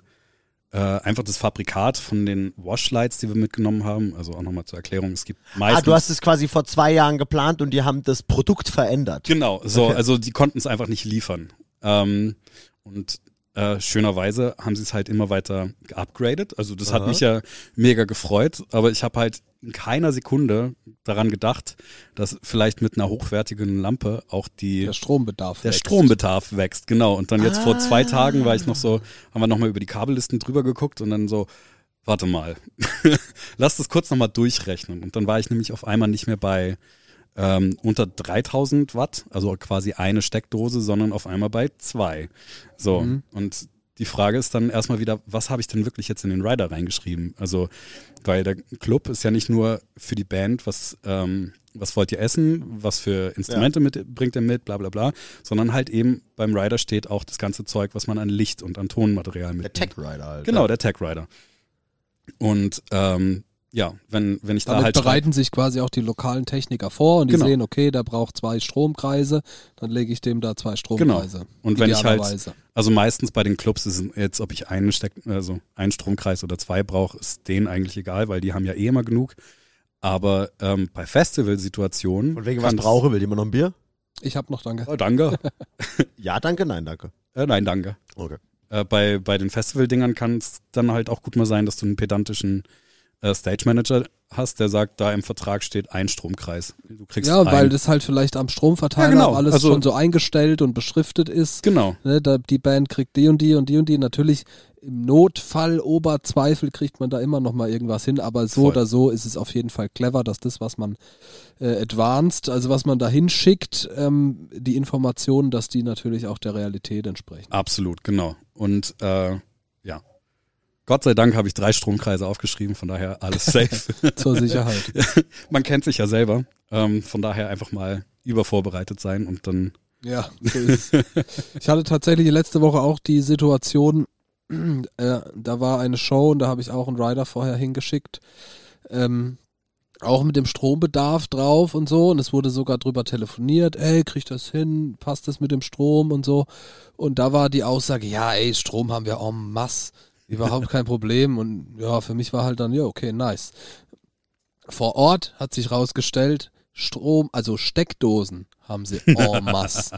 äh, einfach das Fabrikat von den Washlights, die wir mitgenommen haben, also auch nochmal zur Erklärung, es gibt meistens. ah, du hast es quasi vor zwei Jahren geplant und die haben das Produkt verändert. Genau, so, also die konnten es einfach nicht liefern. Ähm, und äh, schönerweise haben sie es halt immer weiter geupgradet. Also das hat Aha. mich ja mega gefreut, aber ich habe halt in keiner Sekunde daran gedacht, dass vielleicht mit einer hochwertigen Lampe auch die Der Strombedarf. der wächst. Ah. Strombedarf wächst, genau. Und dann jetzt vor zwei Tagen war ich noch so, haben wir nochmal über die Kabellisten drüber geguckt und dann so, warte mal, lass das kurz nochmal durchrechnen. Und dann war ich nämlich auf einmal nicht mehr bei ähm, unter 3000 Watt, also quasi eine Steckdose, sondern auf einmal bei zwei. So, Mhm. und die Frage ist dann erstmal wieder, was habe ich denn wirklich jetzt in den Rider reingeschrieben? Also, weil der Club ist ja nicht nur für die Band, was, ähm, was wollt ihr essen, was für Instrumente mit, bringt ihr mit, bla bla bla, sondern halt eben beim Rider steht auch das ganze Zeug, was man an Licht und an Tonmaterial Der mit. Tech Rider halt. Genau, der Tag Rider. Und ähm, ja, wenn, wenn ich Damit da halt. bereiten sich quasi auch die lokalen Techniker vor und die Genau. sehen, okay, der braucht zwei Stromkreise, dann lege ich dem da zwei Stromkreise. Genau. Und wenn ich halt- Idealerweise. Also meistens bei den Clubs ist es jetzt, ob ich einen Steck, also einen Stromkreis oder zwei brauche, ist denen eigentlich egal, weil die haben ja eh immer genug. Aber ähm, bei Festivalsituationen. Von wegen, was kann das- brauche, will jemand noch ein Bier? Ich habe noch danke. Oh, danke. Ja, danke, nein, danke. äh, nein, danke. Okay. Äh, bei, bei den Festivaldingern kann es dann halt auch gut mal sein, dass du einen pedantischen äh, Stage Manager hast, der sagt, da im Vertrag steht ein Stromkreis. Du kriegst Ja, weil einen. das halt vielleicht am Stromverteiler Ja, genau. alles Also- schon so eingestellt und beschriftet ist. Genau. Ne, da, die Band kriegt die und die und die und die. Natürlich im Notfall, Oberzweifel kriegt man da immer noch mal irgendwas hin, aber so Voll. oder so ist es auf jeden Fall clever, dass das, was man äh, advanced, also was man da hinschickt, ähm, die Informationen, dass die natürlich auch der Realität entsprechen. Absolut, genau. Und äh, ja. Gott sei Dank habe ich drei Stromkreise aufgeschrieben, von daher alles safe. Zur Sicherheit. Man kennt sich ja selber. Ähm, von daher einfach mal übervorbereitet sein und dann. Ja, so ist es. Ich hatte tatsächlich letzte Woche auch die Situation, äh, da war eine Show und da habe ich auch einen Rider vorher hingeschickt. Ähm, Auch mit dem Strombedarf drauf und so. Und es wurde sogar drüber telefoniert. Ey, krieg ich das hin? Passt das mit dem Strom und so? Und da war die Aussage, ja, ey, Strom haben wir en masse. Überhaupt kein Problem. Und ja, für mich war halt dann, ja, okay, nice. Vor Ort hat sich rausgestellt, Strom, also Steckdosen haben sie en masse.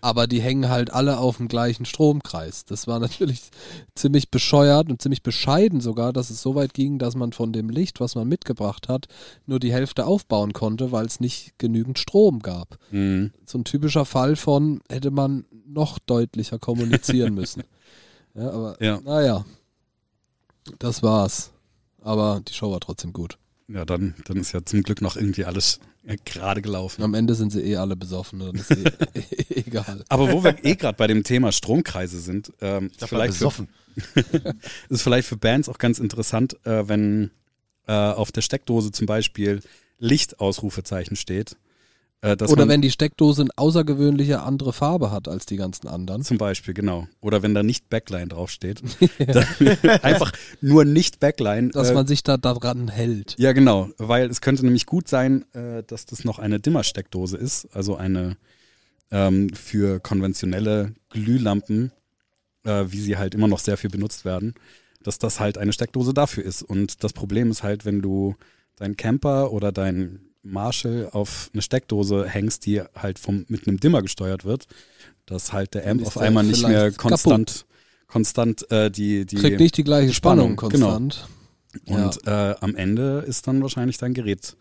Aber die hängen halt alle auf dem gleichen Stromkreis. Das war natürlich ziemlich bescheuert und ziemlich bescheiden sogar, dass es so weit ging, dass man von dem Licht, was man mitgebracht hat, nur die Hälfte aufbauen konnte, weil es nicht genügend Strom gab. Mhm. So ein typischer Fall von, hätte man noch deutlicher kommunizieren müssen. Ja, aber Ja. naja, das war's. Aber die Show war trotzdem gut. Ja, dann, dann ist ja zum Glück noch irgendwie alles äh, gerade gelaufen. Am Ende sind sie eh alle besoffen, dann ist eh, egal. Aber wo wir eh gerade bei dem Thema Stromkreise sind, ähm, Ich habe vielleicht für, besoffen. ist vielleicht für Bands auch ganz interessant, äh, wenn äh, auf der Steckdose zum Beispiel Lichtausrufezeichen steht. Äh, dass Oder man- wenn die Steckdose eine außergewöhnliche andere Farbe hat als die ganzen anderen. Zum Beispiel, genau. Oder wenn da nicht Backline draufsteht. Dann einfach nur nicht Backline. Dass äh, man sich da daran hält. ja, genau. Weil es könnte nämlich gut sein, äh, dass das noch eine Dimmersteckdose ist. Also eine ähm, für konventionelle Glühlampen, äh, wie sie halt immer noch sehr viel benutzt werden, dass das halt eine Steckdose dafür ist. Und das Problem ist halt, wenn du deinen Camper oder deinen Marshall auf eine Steckdose hängst, die halt vom, mit einem Dimmer gesteuert wird, dass halt der Dann Amp ist auf der einmal nicht mehr vielleicht konstant, konstant äh, die, die Kriegt nicht die gleiche Spannung, Spannung, genau. konstant. und äh, am Ende ist dann wahrscheinlich dein Gerät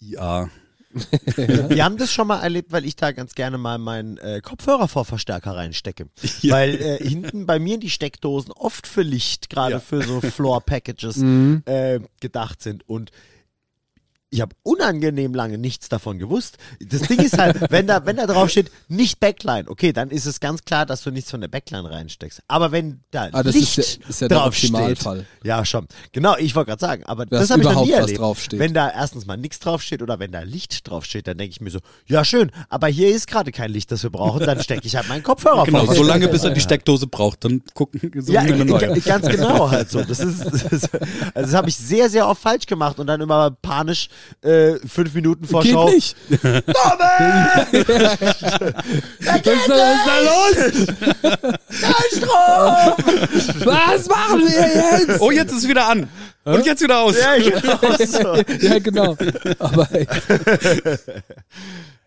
IA. Wir haben das schon mal erlebt, weil ich da ganz gerne mal meinen äh, Kopfhörer vor Verstärker reinstecke. Weil äh, hinten bei mir die Steckdosen oft für Licht, gerade Ja. für so Floor-Packages Mhm. äh, gedacht sind. Und ich habe unangenehm lange nichts davon gewusst. Das Ding ist halt, wenn da, wenn da drauf steht, nicht Backline, okay, dann ist es ganz klar, dass du nichts von der Backline reinsteckst. Aber wenn da Ah, das Licht ist ja, ist ja der drauf steht, Optimalfall. ja, schon. Genau, ich wollte gerade sagen, aber Dass das habe ich noch überhaupt nie was erlebt. draufsteht. Wenn da erstens mal nichts draufsteht oder wenn da Licht draufsteht, dann denke ich mir so, ja schön, aber hier ist gerade kein Licht, das wir brauchen, dann stecke ich halt meinen Kopfhörer Genau, vor. so lange, bis er die Steckdose braucht, dann gucken suchen wir halt Ja, eine neue. g- ganz genau halt so. Das ist, das ist also das habe ich sehr, sehr oft falsch gemacht und dann immer panisch äh, fünf Minuten vor Show. Geht nicht. Was ist da los? Was machen wir jetzt? Oh, jetzt ist es wieder an. Und jetzt wieder aus. Ja, genau so. Ja, genau. Aber ey,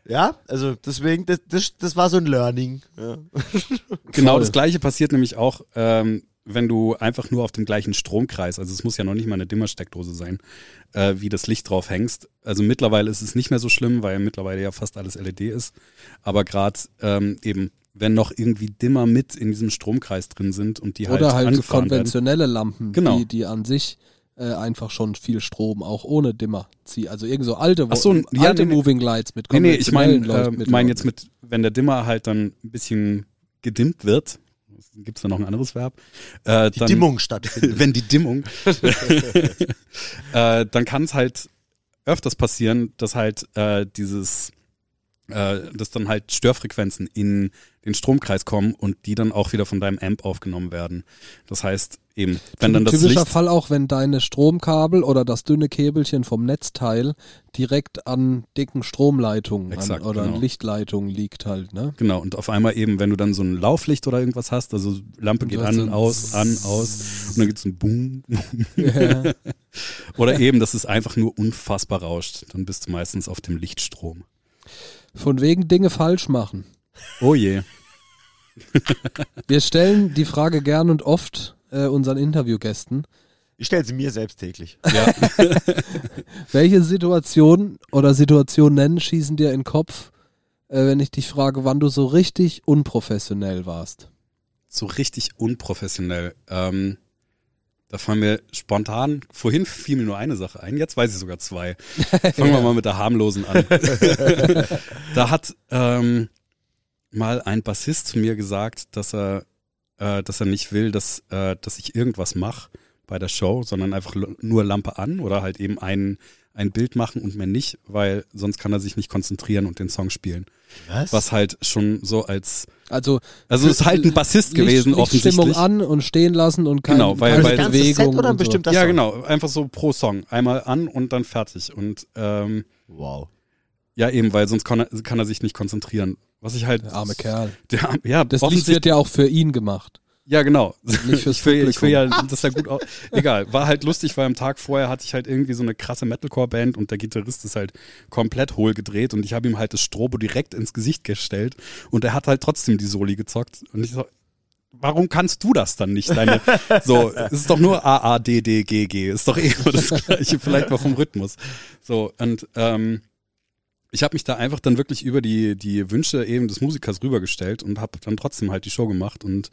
ja, also deswegen, das, das, das war so ein Learning. Ja. Genau Voll. das gleiche passiert nämlich auch, ähm, wenn du einfach nur auf dem gleichen Stromkreis, also es muss ja noch nicht mal eine Dimmersteckdose sein, äh, wie das Licht drauf hängst. Also mittlerweile ist es nicht mehr so schlimm, weil mittlerweile ja fast alles LED ist. Aber gerade ähm, eben, wenn noch irgendwie Dimmer mit in diesem Stromkreis drin sind und die halt, oder halt angefahren werden. konventionelle Lampen, Genau. die, die an sich äh, einfach schon viel Strom auch ohne Dimmer ziehen. Also irgend so alte, wo- Ach so, ja, alte nee, nee. Moving Lights mit Nee, nee, ich meine konventionellen äh, Leuchtmitteln. mein jetzt mit, wenn der Dimmer halt dann ein bisschen gedimmt wird, gibt es da noch ein anderes Verb? Äh, Die dann, Dimmung stattfindet. wenn die Dimmung, äh, dann kann es halt öfters passieren, dass halt äh, dieses, äh, dass dann halt Störfrequenzen in den Stromkreis kommen und die dann auch wieder von deinem Amp aufgenommen werden. Das heißt eben, wenn dann das Typischer Licht, Fall auch, wenn deine Stromkabel oder das dünne Käbelchen vom Netzteil direkt an dicken Stromleitungen Exakt, an, oder genau. an Lichtleitungen liegt halt, ne? genau, und auf einmal eben, wenn du dann so ein Lauflicht oder irgendwas hast, also Lampe Und geht du hast an, so ein aus, an, aus und dann gibt's ein Boom. oder eben, dass es einfach nur unfassbar rauscht. Dann bist du meistens auf dem Lichtstrom. Von wegen Dinge falsch machen. Oh je. Wir stellen die Frage gern und oft äh, unseren Interviewgästen. Ich stelle sie mir selbst täglich. Ja. Welche Situationen oder Situationen schießen dir in den Kopf, äh, wenn ich dich frage, wann du so richtig unprofessionell warst? so richtig unprofessionell. Ähm, da fallen mir spontan, vorhin fiel mir nur eine Sache ein, jetzt weiß ich sogar zwei. Fangen wir mal mit der harmlosen an. da hat ähm, mal ein Bassist zu mir gesagt, dass er, äh, dass er nicht will, dass, äh, dass ich irgendwas mache bei der Show, sondern einfach l- nur Lampe an oder halt eben einen ein Bild machen und mehr nicht, weil sonst kann er sich nicht konzentrieren und den Song spielen. Was halt schon so als, Also, also es ist halt ein Bassist gewesen Stimmung offensichtlich. an und stehen lassen und keine, Genau, weil- keine weil- das ganze Bewegung. Set oder ein und so. bestimmter ja, Song? genau. Einfach so pro Song. Einmal an und dann fertig. Und ähm, Wow. ja, eben, weil sonst kann er, kann er sich nicht konzentrieren. Was ich halt. Der arme Kerl. Der, arme- ja, Das Lied offensichtlich. wird ja auch für ihn gemacht. Ja, genau. Nicht fürs ich, will, ich will Publikum. ja, das ja gut aus. Egal, war halt lustig, weil am Tag vorher hatte ich halt irgendwie so eine krasse Metalcore-Band und der Gitarrist ist halt komplett hohl gedreht und ich habe ihm halt das Strobo direkt ins Gesicht gestellt und er hat halt trotzdem die Soli gezockt und ich so, warum kannst du das dann nicht? Deine, so, es ist doch nur A, A, D, D, G, G, ist doch eh immer das Gleiche, vielleicht mal vom Rhythmus. So, und, ähm, ich habe mich da einfach dann wirklich über die, die Wünsche eben des Musikers rübergestellt und habe dann trotzdem halt die Show gemacht und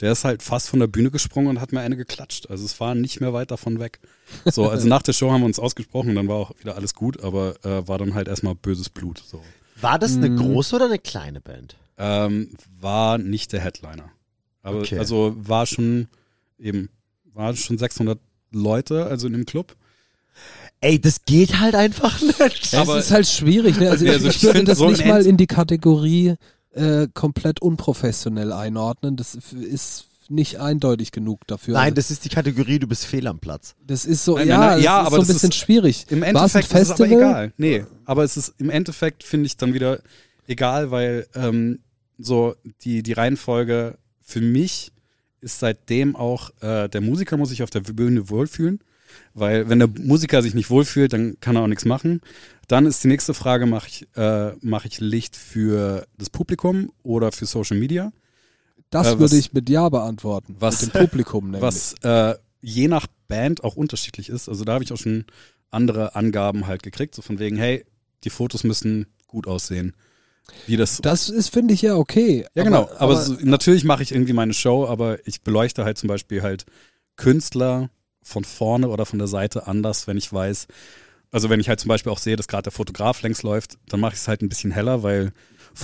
der ist halt fast von der Bühne gesprungen und hat mir eine geklatscht. Also es war nicht mehr weit davon weg. So, also nach der Show haben wir uns ausgesprochen, dann war auch wieder alles gut, aber äh, war dann halt erstmal böses Blut. So. War das Mhm. eine Mm. große oder eine kleine Band? Ähm, war nicht der Headliner. Aber Okay. also war schon eben, waren schon 600 Leute, also in dem Club. Ey, das geht halt einfach nicht. Es Aber- ist halt schwierig. Ne? Also ich, Also ich ich würde find das so ein nicht mal End- in die Kategorie äh, komplett unprofessionell einordnen. Das f- ist nicht eindeutig genug dafür. Nein, also, das ist die Kategorie, du bist fehl am Platz. das ist so, Nein, ja, nein, nein, das ja, ist so aber ein das bisschen ist- schwierig. Im War's ein Endeffekt ist es aber Festival? egal. Nee, aber es ist im Endeffekt finde ich dann wieder egal, weil ähm, so die, die Reihenfolge für mich ist seitdem auch, äh, der Musiker muss sich auf der Bühne wohlfühlen, weil wenn der Musiker sich nicht wohlfühlt, dann kann er auch nichts machen. Dann ist die nächste Frage, mache ich, äh, mach ich Licht für das Publikum oder für Social Media? Das Äh, was- würde ich mit Ja beantworten. was- mit dem Publikum nämlich. was äh, je nach Band auch unterschiedlich ist. Also da habe ich auch schon andere Angaben halt gekriegt, so von wegen, hey, die Fotos müssen gut aussehen. Wie das. das ist, finde ich ja okay. ja, genau. Aber, so, natürlich mache ich irgendwie meine Show, aber ich beleuchte halt zum Beispiel halt Künstler von vorne oder von der Seite anders, wenn ich weiß. Also wenn ich halt zum Beispiel auch sehe, dass gerade der Fotograf längs läuft, dann mache ich es halt ein bisschen heller, weil ja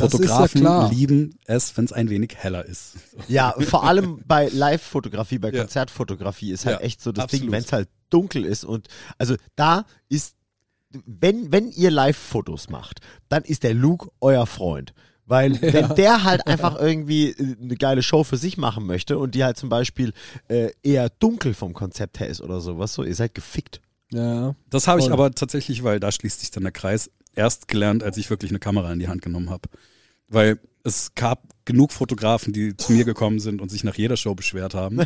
Fotografen klar. lieben es, wenn es ein wenig heller ist. Ja, vor allem bei Live-Fotografie, bei Ja. Konzertfotografie ist halt Ja, echt so das Ding, absolut. wenn es halt dunkel ist und also da ist, wenn, wenn ihr Live-Fotos macht, dann ist der Luke euer Freund. Weil wenn der halt einfach irgendwie äh, eine geile Show für sich machen möchte und die halt zum Beispiel äh, eher dunkel vom Konzept her ist oder sowas, so, ihr seid gefickt. ja. Das habe ich Voll. aber tatsächlich, weil da schließt sich dann der Kreis, erst gelernt, als ich wirklich eine Kamera in die Hand genommen habe. Weil es gab genug Fotografen, die zu mir gekommen sind und sich nach jeder Show beschwert haben.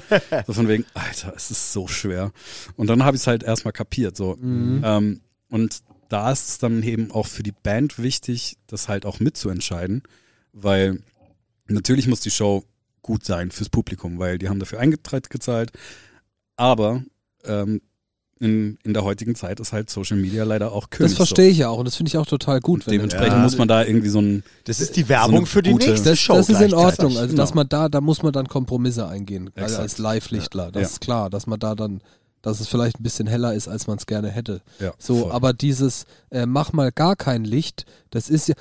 So von wegen, Alter, es ist so schwer. Und dann habe ich es halt erstmal kapiert. So. Ähm, und da ist es dann eben auch für die Band wichtig, das halt auch mitzuentscheiden, weil natürlich muss die Show gut sein fürs Publikum, weil die haben dafür Eintritt gezahlt. Aber ähm, in, in der heutigen Zeit ist halt Social Media leider auch König. Das verstehe ich ja auch und das finde ich auch total gut. Und dementsprechend Ja. muss man da irgendwie so ein Das ist die Werbung für die gute- nächste das, Show. das ist in gleichzeitig. Ordnung. Also dass Genau. man da, da muss man dann Kompromisse eingehen. Also Exakt. als Live-Lichtler. Das Ja. ist klar, dass man da dann, dass es vielleicht ein bisschen heller ist, als man es gerne hätte. ja, So, voll. aber dieses äh, mach mal gar kein Licht, das ist ja.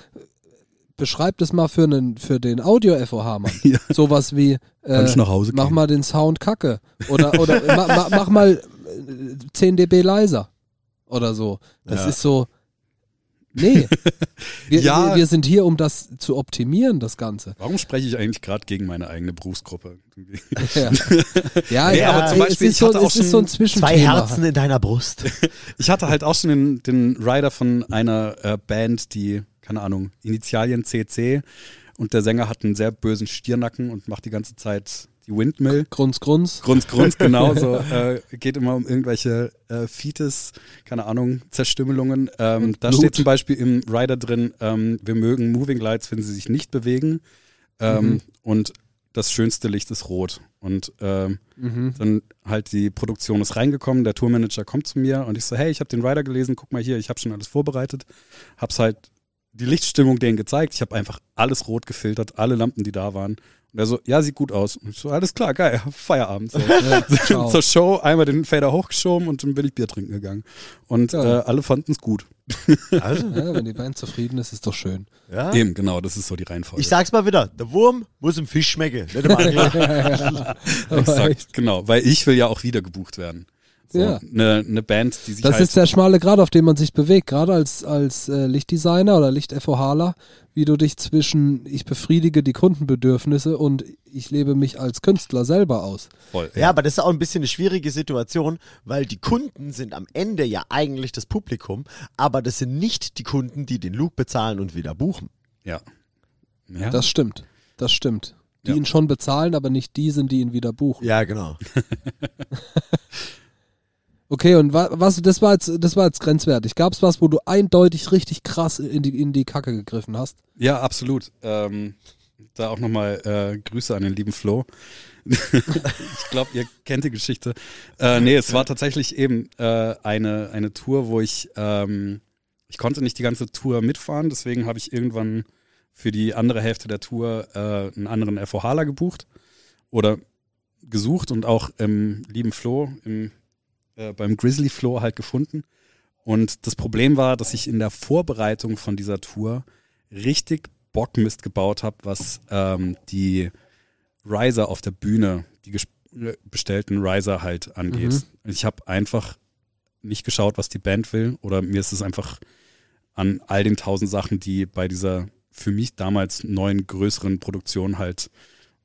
Beschreib das mal für, einen, für den Audio-FOH, Mann. Ja. Sowas wie äh, Kannst nach Hause mach gehen. mal den Sound kacke. Oder, oder ma, ma, mach mal äh, 10 dB leiser. Oder so. Das Ja. ist so. Nee. Wir, Ja. wir, wir sind hier, um das zu optimieren, das Ganze. Warum spreche ich eigentlich gerade gegen meine eigene Berufsgruppe? Ja, ja, Nee, ja aber zum Beispiel, es ich ist, so, hatte auch es ist so ein Zwischenthema. Zwei Herzen in deiner Brust. Ich hatte halt auch schon den, den Rider von einer äh, Band, die, keine Ahnung, Initialien CC und der Sänger hat einen sehr bösen Stiernacken und macht die ganze Zeit die Windmill. Grunz, grunz. Grunz, Grunz, genau. So, äh, geht immer um irgendwelche äh, Fetus, keine Ahnung, Zerstümmelungen. Ähm, da Blut. steht zum Beispiel im Rider drin, ähm, wir mögen Moving Lights, wenn sie sich nicht bewegen. Ähm, Und das schönste Licht ist rot. Und ähm, Mhm. dann halt die Produktion ist reingekommen, der Tourmanager kommt zu mir und ich so, hey, ich habe den Rider gelesen, guck mal hier, ich habe schon alles vorbereitet, hab's halt die Lichtstimmung denen gezeigt, ich habe einfach alles rot gefiltert, alle Lampen, die da waren. Und er so, ja, sieht gut aus. Und ich so, alles klar, geil, Feierabend. So. Ja, ciao. Zur Show einmal den Fader hochgeschoben und dann bin ich Bier trinken gegangen. Und Ja. äh, alle fanden es gut. Also, ja, wenn die Band zufrieden ist, ist doch schön. ja. Eben, genau, das ist so die Reihenfolge. Ich sag's mal wieder, der Wurm muss im Fisch schmecken. Nicht im Angler. ja, ja. Exakt, genau, weil ich will ja auch wieder gebucht werden. So, Ja. Eine, eine Band, die sich Das halt ist der schmale Grad, auf dem man sich bewegt, gerade als, als äh, Lichtdesigner oder Licht-FOHler, wie du dich zwischen ich befriedige die Kundenbedürfnisse und ich lebe mich als Künstler selber aus. voll. Ja, aber das ist auch ein bisschen eine schwierige Situation, weil die Kunden sind am Ende ja eigentlich das Publikum, aber das sind nicht die Kunden, die den Look bezahlen und wieder buchen. Ja. ja. Das stimmt. Das stimmt. Die Ja. ihn schon bezahlen, aber nicht die sind, die ihn wieder buchen. Ja, genau. Okay, und wa was, das war jetzt, das war jetzt grenzwertig. Gab es was, wo du eindeutig richtig krass in die, in die Kacke gegriffen hast? Ja, absolut. Ähm, da auch nochmal äh, Grüße an den lieben Flo. ich glaube, ihr kennt die Geschichte. Äh, nee, es war tatsächlich eben äh, eine, eine Tour, wo ich, ähm, ich konnte nicht die ganze Tour mitfahren, deswegen habe ich irgendwann für die andere Hälfte der Tour äh, einen anderen FOHler gebucht oder gesucht und auch im lieben Flo, im, äh, beim Grizzly Flo halt gefunden. Und das Problem war, dass ich in der Vorbereitung von dieser Tour richtig Bockmist gebaut habe, was ähm, die Riser auf der Bühne, die ges- äh, bestellten Riser halt angeht. Ich habe einfach nicht geschaut, was die Band will oder mir ist es einfach an all den tausend Sachen, die bei dieser für mich damals neuen größeren Produktion halt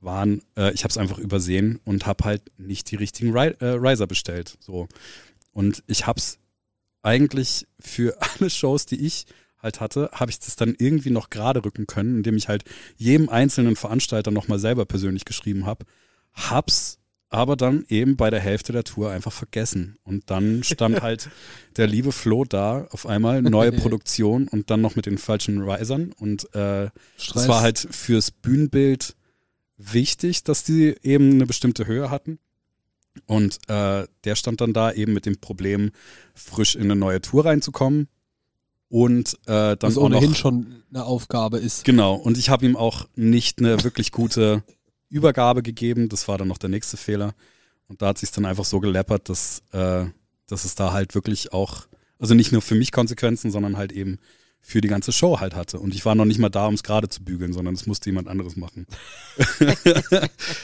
waren, äh, ich habe es einfach übersehen und habe halt nicht die richtigen Ri äh, Riser bestellt. So. Und ich habe es eigentlich für alle Shows, die ich halt hatte, habe ich das dann irgendwie noch gerade rücken können, indem ich halt jedem einzelnen Veranstalter nochmal selber persönlich geschrieben habe. Hab's aber dann eben bei der Hälfte der Tour einfach vergessen. Und dann stand halt der liebe Flo da, auf einmal neue Produktion und dann noch mit den falschen Risern. Und äh, Stress. es war halt fürs Bühnenbild wichtig, dass die eben eine bestimmte Höhe hatten. Und äh, der stand dann da eben mit dem Problem, frisch in eine neue Tour reinzukommen. Und äh, dann was Also auch ohnehin noch, schon eine Aufgabe ist. Genau, und ich habe ihm auch nicht eine wirklich gute Übergabe gegeben. Das war dann noch der nächste Fehler. Und da hat sich dann einfach so geleppert, dass, äh, dass es da halt wirklich auch, also nicht nur für mich Konsequenzen, sondern halt eben für die ganze Show halt hatte. Und ich war noch nicht mal da, um es gerade zu bügeln, sondern es musste jemand anderes machen.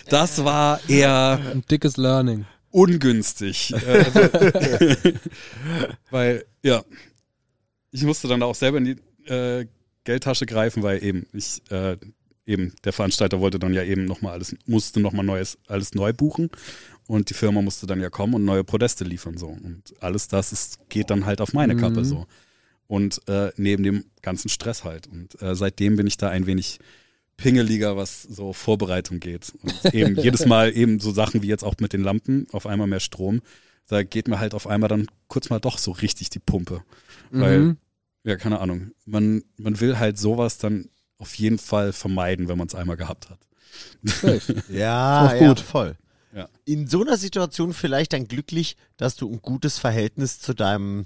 das war eher Ein dickes Learning. ungünstig. Äh, also, weil, ja, ich musste dann auch selber in die äh, Geldtasche greifen, weil eben, ich, äh, eben, der Veranstalter wollte dann ja eben nochmal alles, musste nochmal neues, alles neu buchen und die Firma musste dann ja kommen und neue Podeste liefern, so. Und alles das ist, geht dann halt auf meine Mhm. Kappe, so. Und äh, neben dem ganzen Stress halt. Und äh, seitdem bin ich da ein wenig pingeliger, was so Vorbereitung geht. Und eben jedes Mal eben so Sachen wie jetzt auch mit den Lampen, auf einmal mehr Strom. Da geht mir halt auf einmal dann kurz mal doch so richtig die Pumpe. Weil, Mhm. ja, keine Ahnung. Man, man will halt sowas dann auf jeden Fall vermeiden, wenn man es einmal gehabt hat. Safe. Ja, Ist auch ja, gut. voll. Ja. In so einer Situation vielleicht dann glücklich, dass du ein gutes Verhältnis zu deinem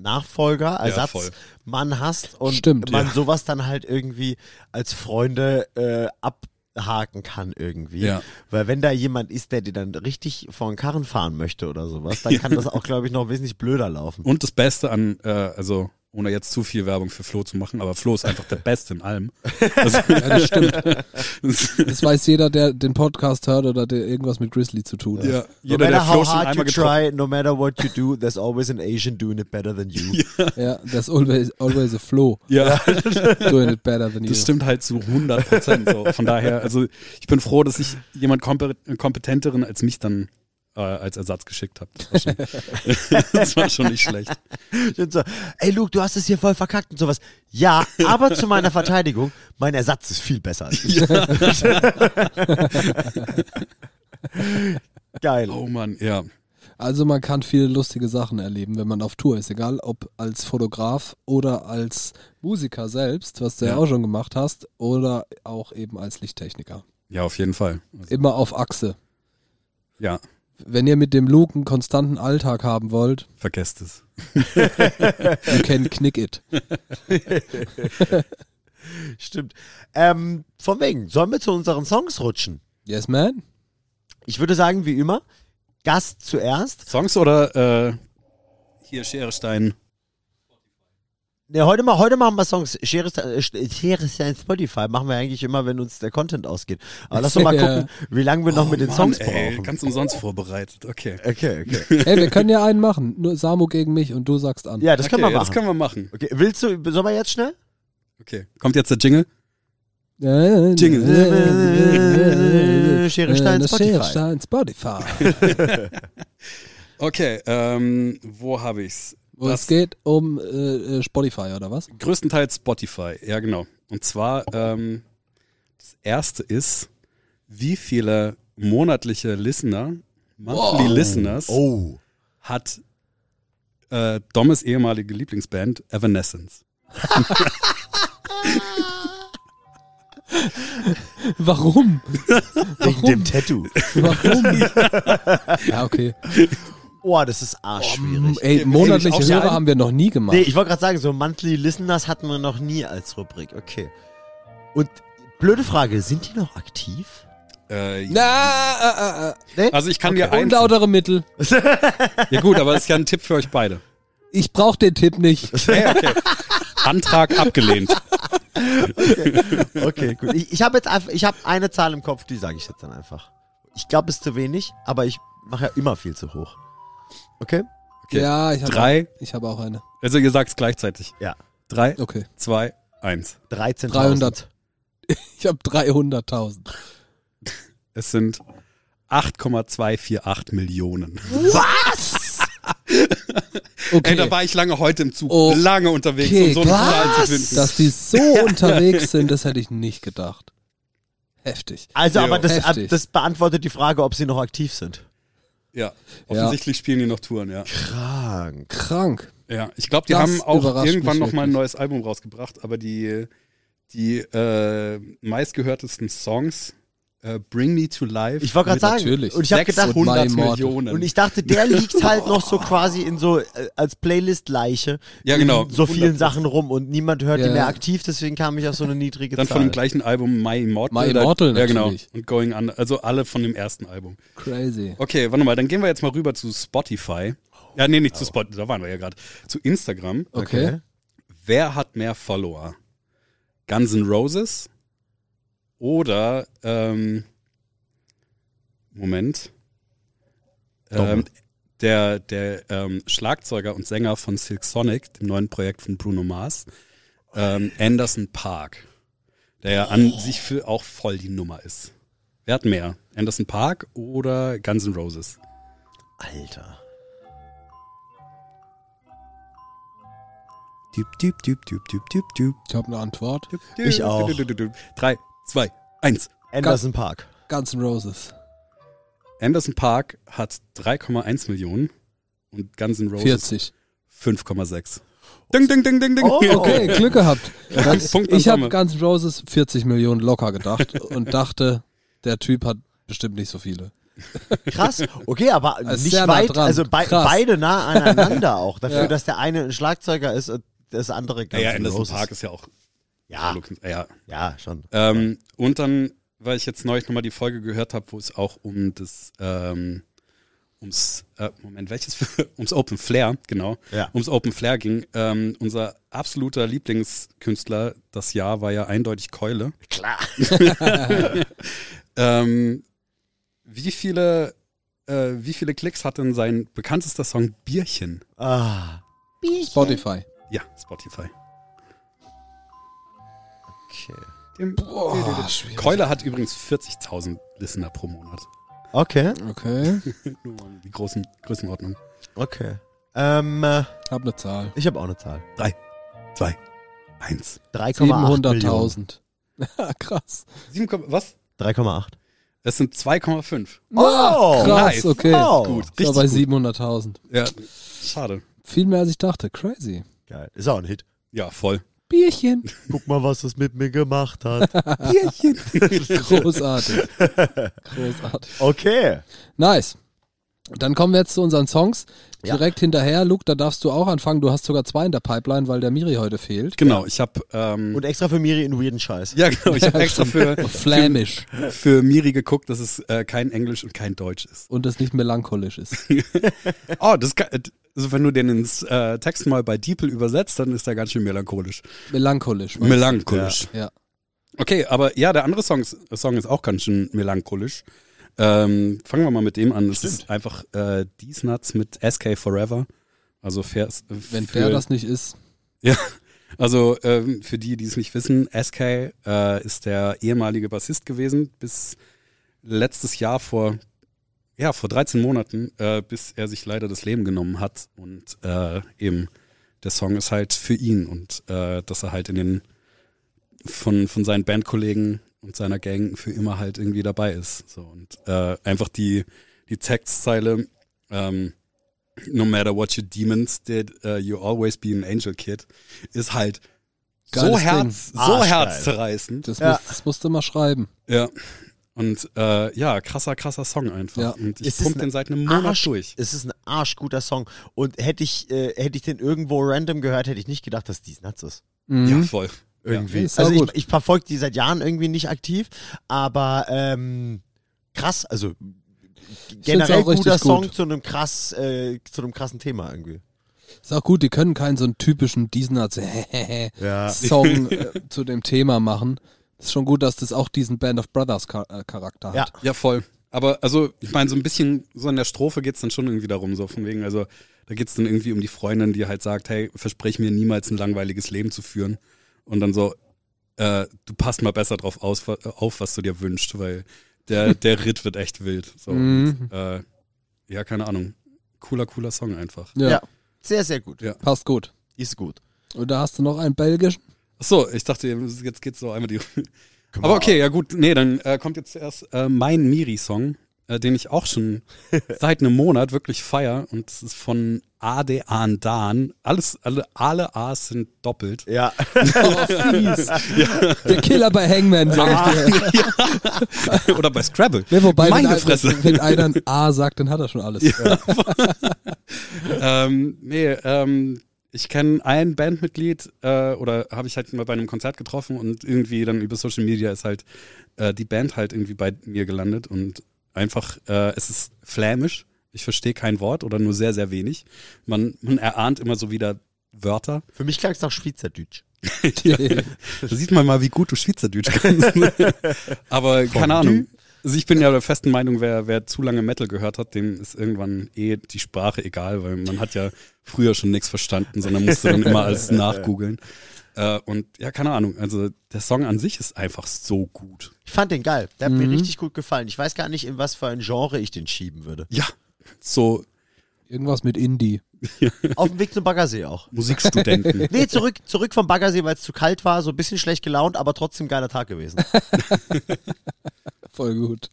Nachfolger, voll. Ersatzmann hast und Stimmt, man ja. sowas dann halt irgendwie als Freunde äh, abhaken kann irgendwie. Ja. Weil wenn da jemand ist, der dir dann richtig vor den Karren fahren möchte oder sowas, dann kann das auch, glaube ich, noch wesentlich blöder laufen. Und das Beste an, äh, also ohne jetzt zu viel Werbung für Flo zu machen, aber Flo ist einfach der Beste in allem. Also, ja, das stimmt. Das weiß jeder, der den Podcast hört oder der irgendwas mit Grizzly zu tun hat. ja, no jeder, der matter Flo how schon hard you einmal getroffen try, no matter what you do, there's always an Asian doing it better than you. Ja, there's always, always a flow Ja, doing it better than you. das stimmt halt zu 100 Prozent. So. Von daher, also ich bin froh, dass ich jemand kompe- kompetenteren als mich dann äh, als Ersatz geschickt habe. Das, war schon- das war schon nicht schlecht. Und so, ey Luke, du hast es hier voll verkackt und sowas. Ja, aber zu meiner Verteidigung, mein Ersatz ist viel besser als ich. Geil. Oh Mann, ja. Also man kann viele lustige Sachen erleben, wenn man auf Tour ist, egal ob als Fotograf oder als Musiker selbst, was du ja, Ja. auch schon gemacht hast, oder auch eben als Lichttechniker. Ja, auf jeden Fall. Also, Immer auf Achse. ja, Wenn ihr mit dem Luke einen konstanten Alltag haben wollt, vergesst es. you can knick it. Stimmt. Ähm, von wegen, sollen wir zu unseren Songs rutschen? Yes, man? Ich würde sagen, wie immer, Gast zuerst. Songs oder äh, hier Schere Stein? Ne, heute, mal, heute machen wir Songs. Share ist, äh, Share ist ja in Spotify. Machen wir eigentlich immer, wenn uns der Content ausgeht. Aber lass doch mal Ja. gucken, wie lange wir noch mit den Oh Mann, Songs ey, brauchen. Ganz umsonst vorbereitet, okay. Okay, okay. Ey, wir können ja einen machen. Nur Samu gegen mich und du sagst an. Ja, das okay, können wir ja, machen. Das können wir machen. okay, willst du, sollen wir jetzt schnell? Okay. Kommt jetzt der Jingle? Äh, Jingle. äh, äh, Schere, Stein, äh, Spotify. Schere, Stein, Spotify. Okay, ähm, wo habe ich's? Wo Das- es geht um äh, äh, Spotify oder was? Größtenteils Spotify, ja genau. Und zwar, ähm, das erste ist, wie viele monatliche Listener, monthly Listeners, Oh. hat äh, Dommes ehemalige Lieblingsband Evanescence. Warum? Wegen dem Tattoo. Warum? ja, okay. Oh, das ist Hm, Oh, arschschwierig. Ey, Auch monatliche der Hörer ein- haben wir noch nie gemacht. Nee, ich wollte gerade sagen, so Monthly Listeners hatten wir noch nie als Rubrik. Okay. Und blöde Frage, sind die noch aktiv? Äh, Na, äh, äh, also ich kann dir äh. eins. Unlautere Mittel. Ja gut, aber das ist ja ein Tipp für euch beide. Ich brauche den Tipp nicht. Antrag abgelehnt. Okay, gut. Ich, ich habe jetzt einfach, ich habe eine Zahl im Kopf, die sage ich jetzt dann einfach. Ich glaube, es ist zu wenig, aber ich mache ja immer viel zu hoch. Okay? Okay. Ja, ich habe Drei, ich hab auch eine. also ihr sagt es gleichzeitig. Ja. Drei, Okay. zwei, eins. 13.000. 300. Ich habe 300.000. Es sind 8,248 Millionen. Was? Okay. Ey, da war ich lange heute im Zug. Oh. Lange unterwegs, Okay, um so eine Zahl zu was? finden. Dass die so unterwegs sind, das hätte ich nicht gedacht. Heftig. Also, aber das, ab- Heftig. das beantwortet die Frage, ob sie noch aktiv sind. ja, offensichtlich spielen die noch Touren, ja. Krank. Krank. Ja, ich glaube, die Das haben auch überrascht irgendwann mich nochmal ein wirklich. neues Album rausgebracht, aber die, die äh, meistgehörtesten Songs, äh, Bring Me to Life, Ich wollte gerade sagen, Natürlich. und ich habe gedacht, und 600 My Mortal. Millionen. und ich dachte, der liegt halt noch so quasi in so, äh, als Playlist-Leiche Ja, genau. in so vielen 100%. Sachen rum und niemand hört die Ja. mehr aktiv, deswegen kam ich auf so eine niedrige dann von Zahl. dem gleichen Album My Immortal. My da- Immortal ja, genau. natürlich. Und Going Under, also alle von dem ersten Album. Crazy. Okay, warte mal, dann gehen wir jetzt mal rüber zu Spotify. Ja, nee, nicht zu Spotify, da waren wir ja gerade. Zu Instagram. Okay. Wer hat mehr Follower? Guns N' Roses oder ähm, Moment ähm, der der ähm, Schlagzeuger und Sänger von Silk Sonic, dem neuen Projekt von Bruno Mars, ähm, Anderson Park, der ja an sich für auch voll die Nummer ist. Wer hat mehr? Anderson Park oder Guns N' Roses? Alter. Düb, düb, düb, düb, düb, düb, düb, Ich habe eine Antwort. düb, Ich düb, auch. düb, düb, düb, düb. Drei, zwei, eins. Anderson Park. Guns N' Roses. Anderson Park hat 3,1 Millionen und Guns N' Roses 40. 5,6. Ding, ding, ding, ding, ding. Oh. Okay, Glück gehabt. Ganz, Punkt ich an habe Summe. Guns N' Roses 40 Millionen locker gedacht und dachte, der Typ hat bestimmt nicht so viele. Krass. Okay, aber Also nicht sehr nah weit, dran. also bei, Krass. beide nah aneinander auch. Dafür, Ja. dass der eine ein Schlagzeuger ist und das andere Guns Naja, N' Anderson Roses. Ah. Park ist ja auch. Ja, Ja. ja, schon. Ähm, und dann, weil ich jetzt neulich nochmal die Folge gehört habe, wo es auch um das, ähm, ums, äh, Moment, welches? ums Open Flair, genau. Ja. Ums Open Flair ging. Ähm, unser absoluter Lieblingskünstler das Jahr war ja eindeutig Keule. Klar. Ähm, wie viele äh, wie viele Klicks hat denn sein bekanntester Song Bierchen? Ah, Spotify. Ja, Spotify. okay. Dem- Boah, schwierig. Keule hat übrigens 40.000 Listener pro Monat. Okay, Okay, Nur mal die großen Größenordnung. okay. Ähm, äh, hab eine Zahl. ich habe auch eine Zahl. Zwei, eins. 3,8 Millionen. 700.000. Krass. Sieben, Komma- was? 3,8. Es sind 2,5. Ah, krass, nice. okay. Wow. Gut, Ich war richtig bei gut. 700.000. Ja, schade. Viel mehr als ich dachte. Crazy. Geil. Ist auch ein Hit. Ja, voll. Bierchen. Guck mal, was das mit mir gemacht hat. Großartig. Großartig. Okay. Nice. Dann kommen wir jetzt zu unseren Songs. Ja. Direkt hinterher, Luke, da darfst du auch anfangen. Du hast sogar zwei in der Pipeline, weil der Miri heute fehlt. Genau, ich habe ähm, Und extra für Miri in weirden Scheiß. ja genau, ich habe extra für, Flämisch für, für Miri geguckt, dass es äh, kein Englisch und kein Deutsch ist. und das nicht melancholisch ist. Oh, das kann, also wenn du den ins äh, Text mal bei DeepL übersetzt, dann ist er ganz schön melancholisch. Melancholisch. weißt du? Melancholisch. Ja. Okay, aber ja, der andere Song, Song ist auch ganz schön melancholisch. Ähm, fangen wir mal mit dem an. Das ist einfach äh, These Nuts mit SK Forever. Also Vers, Wenn für, der das nicht ist, Ja, also ähm, für die, die es nicht wissen, SK äh, ist der ehemalige Bassist gewesen bis letztes Jahr vor, ja, vor 13 Monaten, äh, bis er sich leider das Leben genommen hat. Und äh, eben der Song ist halt für ihn und äh, dass er halt in den von, von seinen Bandkollegen und seiner Gang für immer halt irgendwie dabei ist. So und äh, einfach die, die Textzeile, ähm, no matter what your demons did, uh, you always be an angel kid, ist halt Geiles so Ding. herz, so Arschgeil. herzzerreißend. das, Ja. muss, das musst du mal schreiben. Ja. Und äh, ja, krasser, krasser Song einfach. Ja. Und ich Es ist pump ein den seit einem Monat durch. Es ist ein arschguter Song. Und hätte ich, äh, hätte ich den irgendwo random gehört, hätte ich nicht gedacht, dass dies Nuts ist. Ja, Mhm. voll. Irgendwie. Ja, ist also auch gut. ich, ich verfolge die seit Jahren irgendwie nicht aktiv, aber ähm, krass, also generell auch richtig guter Song gut. zu einem krass, äh, zu einem krassen Thema irgendwie. Ist auch gut, die können keinen so einen typischen Diesner Ja. Song äh, zu dem Thema machen. Ist schon gut, dass das auch diesen Band of Brothers Char äh, Charakter Ja. hat. Ja, voll. Aber also, ich meine, so ein bisschen, so in der Strophe geht's dann schon irgendwie darum, so von wegen, also da geht's dann irgendwie um die Freundin, die halt sagt, hey, versprich mir niemals ein langweiliges Leben zu führen. Und dann so, äh, du passt mal besser drauf aus, wa- auf, was du dir wünschst, weil der, der Ritt wird echt wild. So. Mhm. Und, äh, ja, keine Ahnung. Cooler, cooler Song einfach. Ja, Ja. Sehr, sehr gut. Ja. passt gut. Ist gut. Und da hast du noch einen belgischen. Ach so, ich dachte, jetzt geht's so einmal die. Aber okay, ja gut, nee, dann äh, kommt jetzt erst äh, mein Miri-Song, äh, den ich auch schon seit einem Monat wirklich feier. Und es ist von Ade Andan. Alles, alle, alle A's sind doppelt. Ja. Der Killer bei Hangman, sag ich dir. Oder bei Scrabble. Wer wobei, wenn, Meine ein- Fresse. wenn einer ein A sagt, dann hat er schon alles. ähm, nee, ähm, ich kenne ein Bandmitglied äh, oder habe ich halt mal bei einem Konzert getroffen und irgendwie dann über Social Media ist halt äh, die Band halt irgendwie bei mir gelandet und einfach, äh, es ist flämisch. Ich verstehe kein Wort oder nur sehr, sehr wenig. Man, man erahnt immer so wieder Wörter. Für mich klang es nach Schweizerdeutsch. Da sieht man mal, wie gut du Schweizerdeutsch kannst. Aber keine Ahnung. Also ich bin ja der festen Meinung, wer, wer zu lange Metal gehört hat, dem ist irgendwann eh die Sprache egal, weil man hat ja früher schon nichts verstanden, sondern musste dann immer alles nachgoogeln. Äh, und ja, keine Ahnung. Also der Song an sich ist einfach so gut. Ich fand den geil. Der hat Mhm. mir richtig gut gefallen. Ich weiß gar nicht, in was für ein Genre ich den schieben würde. Ja, so Irgendwas mit Indie. Auf dem Weg zum Baggersee auch. Musikstudenten. Nee, zurück, zurück vom Baggersee, weil es zu kalt war, so ein bisschen schlecht gelaunt, aber trotzdem geiler Tag gewesen. Voll gut.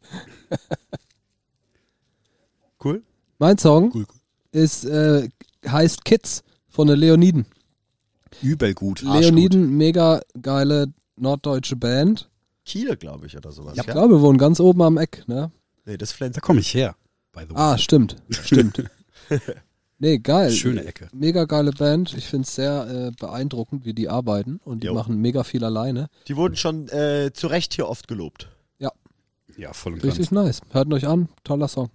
Cool. Mein Song Cool, cool. ist äh, heißt Kids von den Leoniden. Übel Ah, gut. Leoniden, mega geile norddeutsche Band. Kiel, glaube ich, oder sowas. Ich Ja. glaube, wir wohnen ganz oben am Eck. Ne? Nee, das Da Flensburg. komme ich her, by the way. Ah, stimmt. Stimmt. Nee, geil. Schöne Ecke. Mega geile Band. Ich finde es sehr äh, beeindruckend, wie die arbeiten. Und die Jo. machen mega viel alleine. Die wurden schon äh, zu Recht hier oft gelobt. Ja, voll und ganz. Richtig nice. Hört ihn euch an. Toller Song.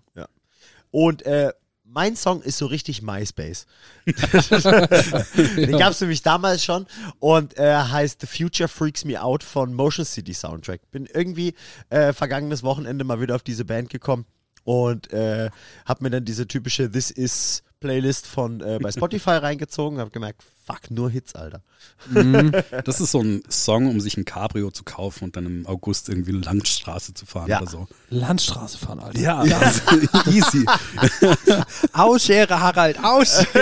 Und äh, mein Song ist so richtig MySpace. Den gab es nämlich damals schon und äh, heißt The Future Freaks Me Out von Motion City Soundtrack. Bin irgendwie äh, vergangenes Wochenende mal wieder auf diese Band gekommen und äh, habe mir dann diese typische This Is Playlist von äh, bei Spotify reingezogen und habe gemerkt, fuck, nur Hits, Alter. Das ist so ein Song, um sich ein Cabrio zu kaufen und dann im August irgendwie Landstraße zu fahren Ja. oder so. Landstraße fahren, Alter. Ja, Also, easy. Ausschere, Harald, aus!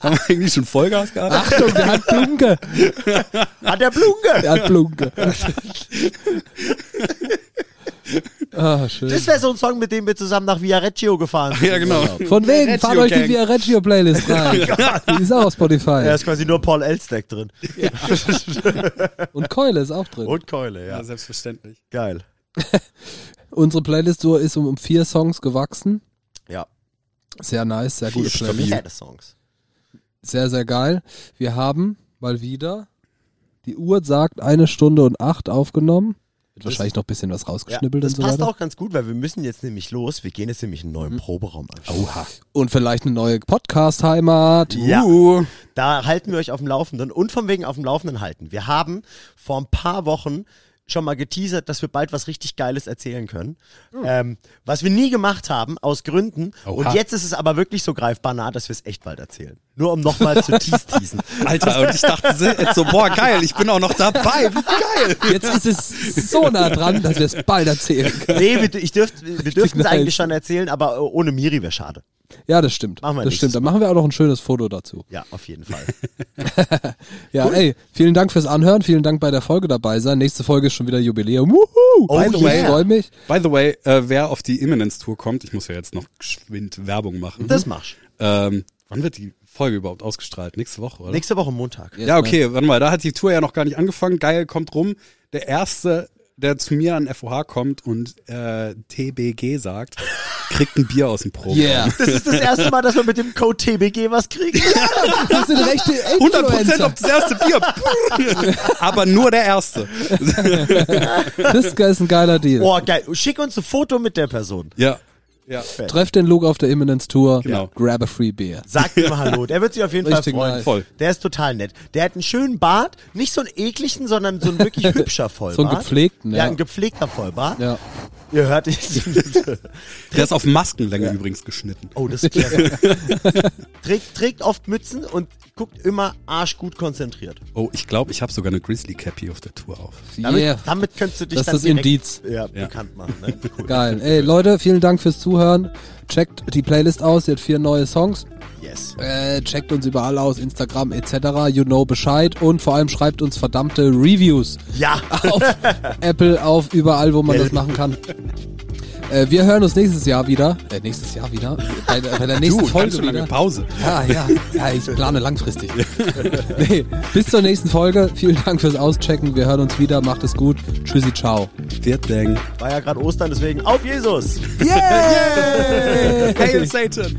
Haben wir eigentlich schon Vollgas gehabt? Achtung, der hat Blunke. Hat der Blunke! Der hat Blunke. ah, schön. Das wäre so ein Song, mit dem wir zusammen nach Via Reggio gefahren sind. Ja, genau. Von wegen, fahrt euch die Gang. Via Reggio Playlist rein. genau. die ist auch auf Spotify. Da ist quasi nur Paul Elsteck drin. Und Keule ist auch drin. Und Keule, ja. selbstverständlich. Geil. Unsere Playlist so ist um, um vier Songs gewachsen. Ja. Sehr nice, sehr gute Vier Playlist. stabil. Keine Songs. Sehr, sehr geil. Wir haben mal wieder, die Uhr sagt eine Stunde und acht aufgenommen. Wird wahrscheinlich noch ein bisschen was Ja, rausgeschnippelt das und so passt weiter. auch ganz gut, weil wir müssen jetzt nämlich los. Wir gehen jetzt nämlich in einen neuen Proberaum an. Oha. Und vielleicht eine neue Podcast-Heimat. Ja. Uh. Da halten wir euch auf dem Laufenden und von wegen auf dem Laufenden halten. Wir haben vor ein paar Wochen schon mal geteasert, dass wir bald was richtig Geiles erzählen können. Ähm, was wir nie gemacht haben, aus Gründen. Und Oha. jetzt ist es aber wirklich so greifbar nah, dass wir es echt bald erzählen. Nur um nochmal zu teas teasen. Alter, und ich dachte so- jetzt so, boah, geil, ich bin auch noch dabei. Wie geil. Jetzt ist es so nah dran, dass wir es bald erzählen können. Nee, wir, ich dürft, wir dürften es nice. eigentlich schon erzählen, aber äh, ohne Miri wäre schade. Ja, das stimmt. Machen wir das nächstes stimmt. Dann machen wir auch noch ein schönes Foto dazu. Ja, auf jeden Fall. Ja, ey, vielen Dank fürs Anhören, vielen Dank bei der Folge dabei sein. Nächste Folge ist schon wieder Jubiläum. Woohoo! Oh ich yeah. freue mich. By the way, äh, wer auf die Imminence-Tour kommt, ich muss ja jetzt noch geschwind Werbung machen. Das machst Ähm, wann wird die Folge überhaupt ausgestrahlt? Nächste Woche, oder? Nächste Woche Montag. ja, okay, warte mal, da hat die Tour ja noch gar nicht angefangen. Geil, kommt rum. Der Erste, der zu mir an FOH kommt und äh, TBG sagt, kriegt ein Bier aus dem Probe. Yeah. Das ist das erste Mal, dass wir mit dem Code TBG was kriegen. Das sind rechte 100% auf Influencer. das erste Bier. Aber nur der erste. Das ist ein geiler Deal. Oh, geil. Schick uns ein Foto mit der Person. ja. Ja. Treff den Luke auf der Imminence Tour. Genau. Grab a free beer. Sagt ihm Hallo. Der wird sich auf jeden Fall Richtig freuen. nice. Voll. Der ist total nett. Der hat einen schönen Bart. Nicht so einen ekligen, sondern so einen wirklich hübscher Vollbart. So einen gepflegten, ja. ja. ein gepflegter Vollbart. Ja. Ihr hört es. Der ist auf Maskenlänge übrigens geschnitten. Oh, das ist clever. trägt, trägt oft Mützen und guckt immer arschgut konzentriert. Oh, ich glaube, ich habe sogar eine Grizzly Cappy auf der Tour auf. Damit, Yeah. damit könntest du dich Das ist dann das direkt, Indiz. Ja, bekannt machen. Ne? Cool. Geil. Ey, Leute, vielen Dank fürs Zuhören. Checkt die Playlist aus. Sie hat vier neue Songs. Yes. Äh, checkt uns überall aus. Instagram etc. You know Bescheid. Und vor allem schreibt uns verdammte Reviews. Ja. auf Apple, auf überall, wo man das machen kann. Äh, wir hören uns nächstes Jahr wieder. Äh, nächstes Jahr wieder? Bei, der- bei der nächsten Du, ganz Folge schön lange wieder. Pause. Ja, ja, ja, ich plane langfristig. Nee, bis zur nächsten Folge. Vielen Dank fürs Auschecken. Wir hören uns wieder. Macht es gut. Tschüssi, ciao. Wird denn. War ja gerade Ostern, deswegen auf Jesus! Yeah! Hail Satan!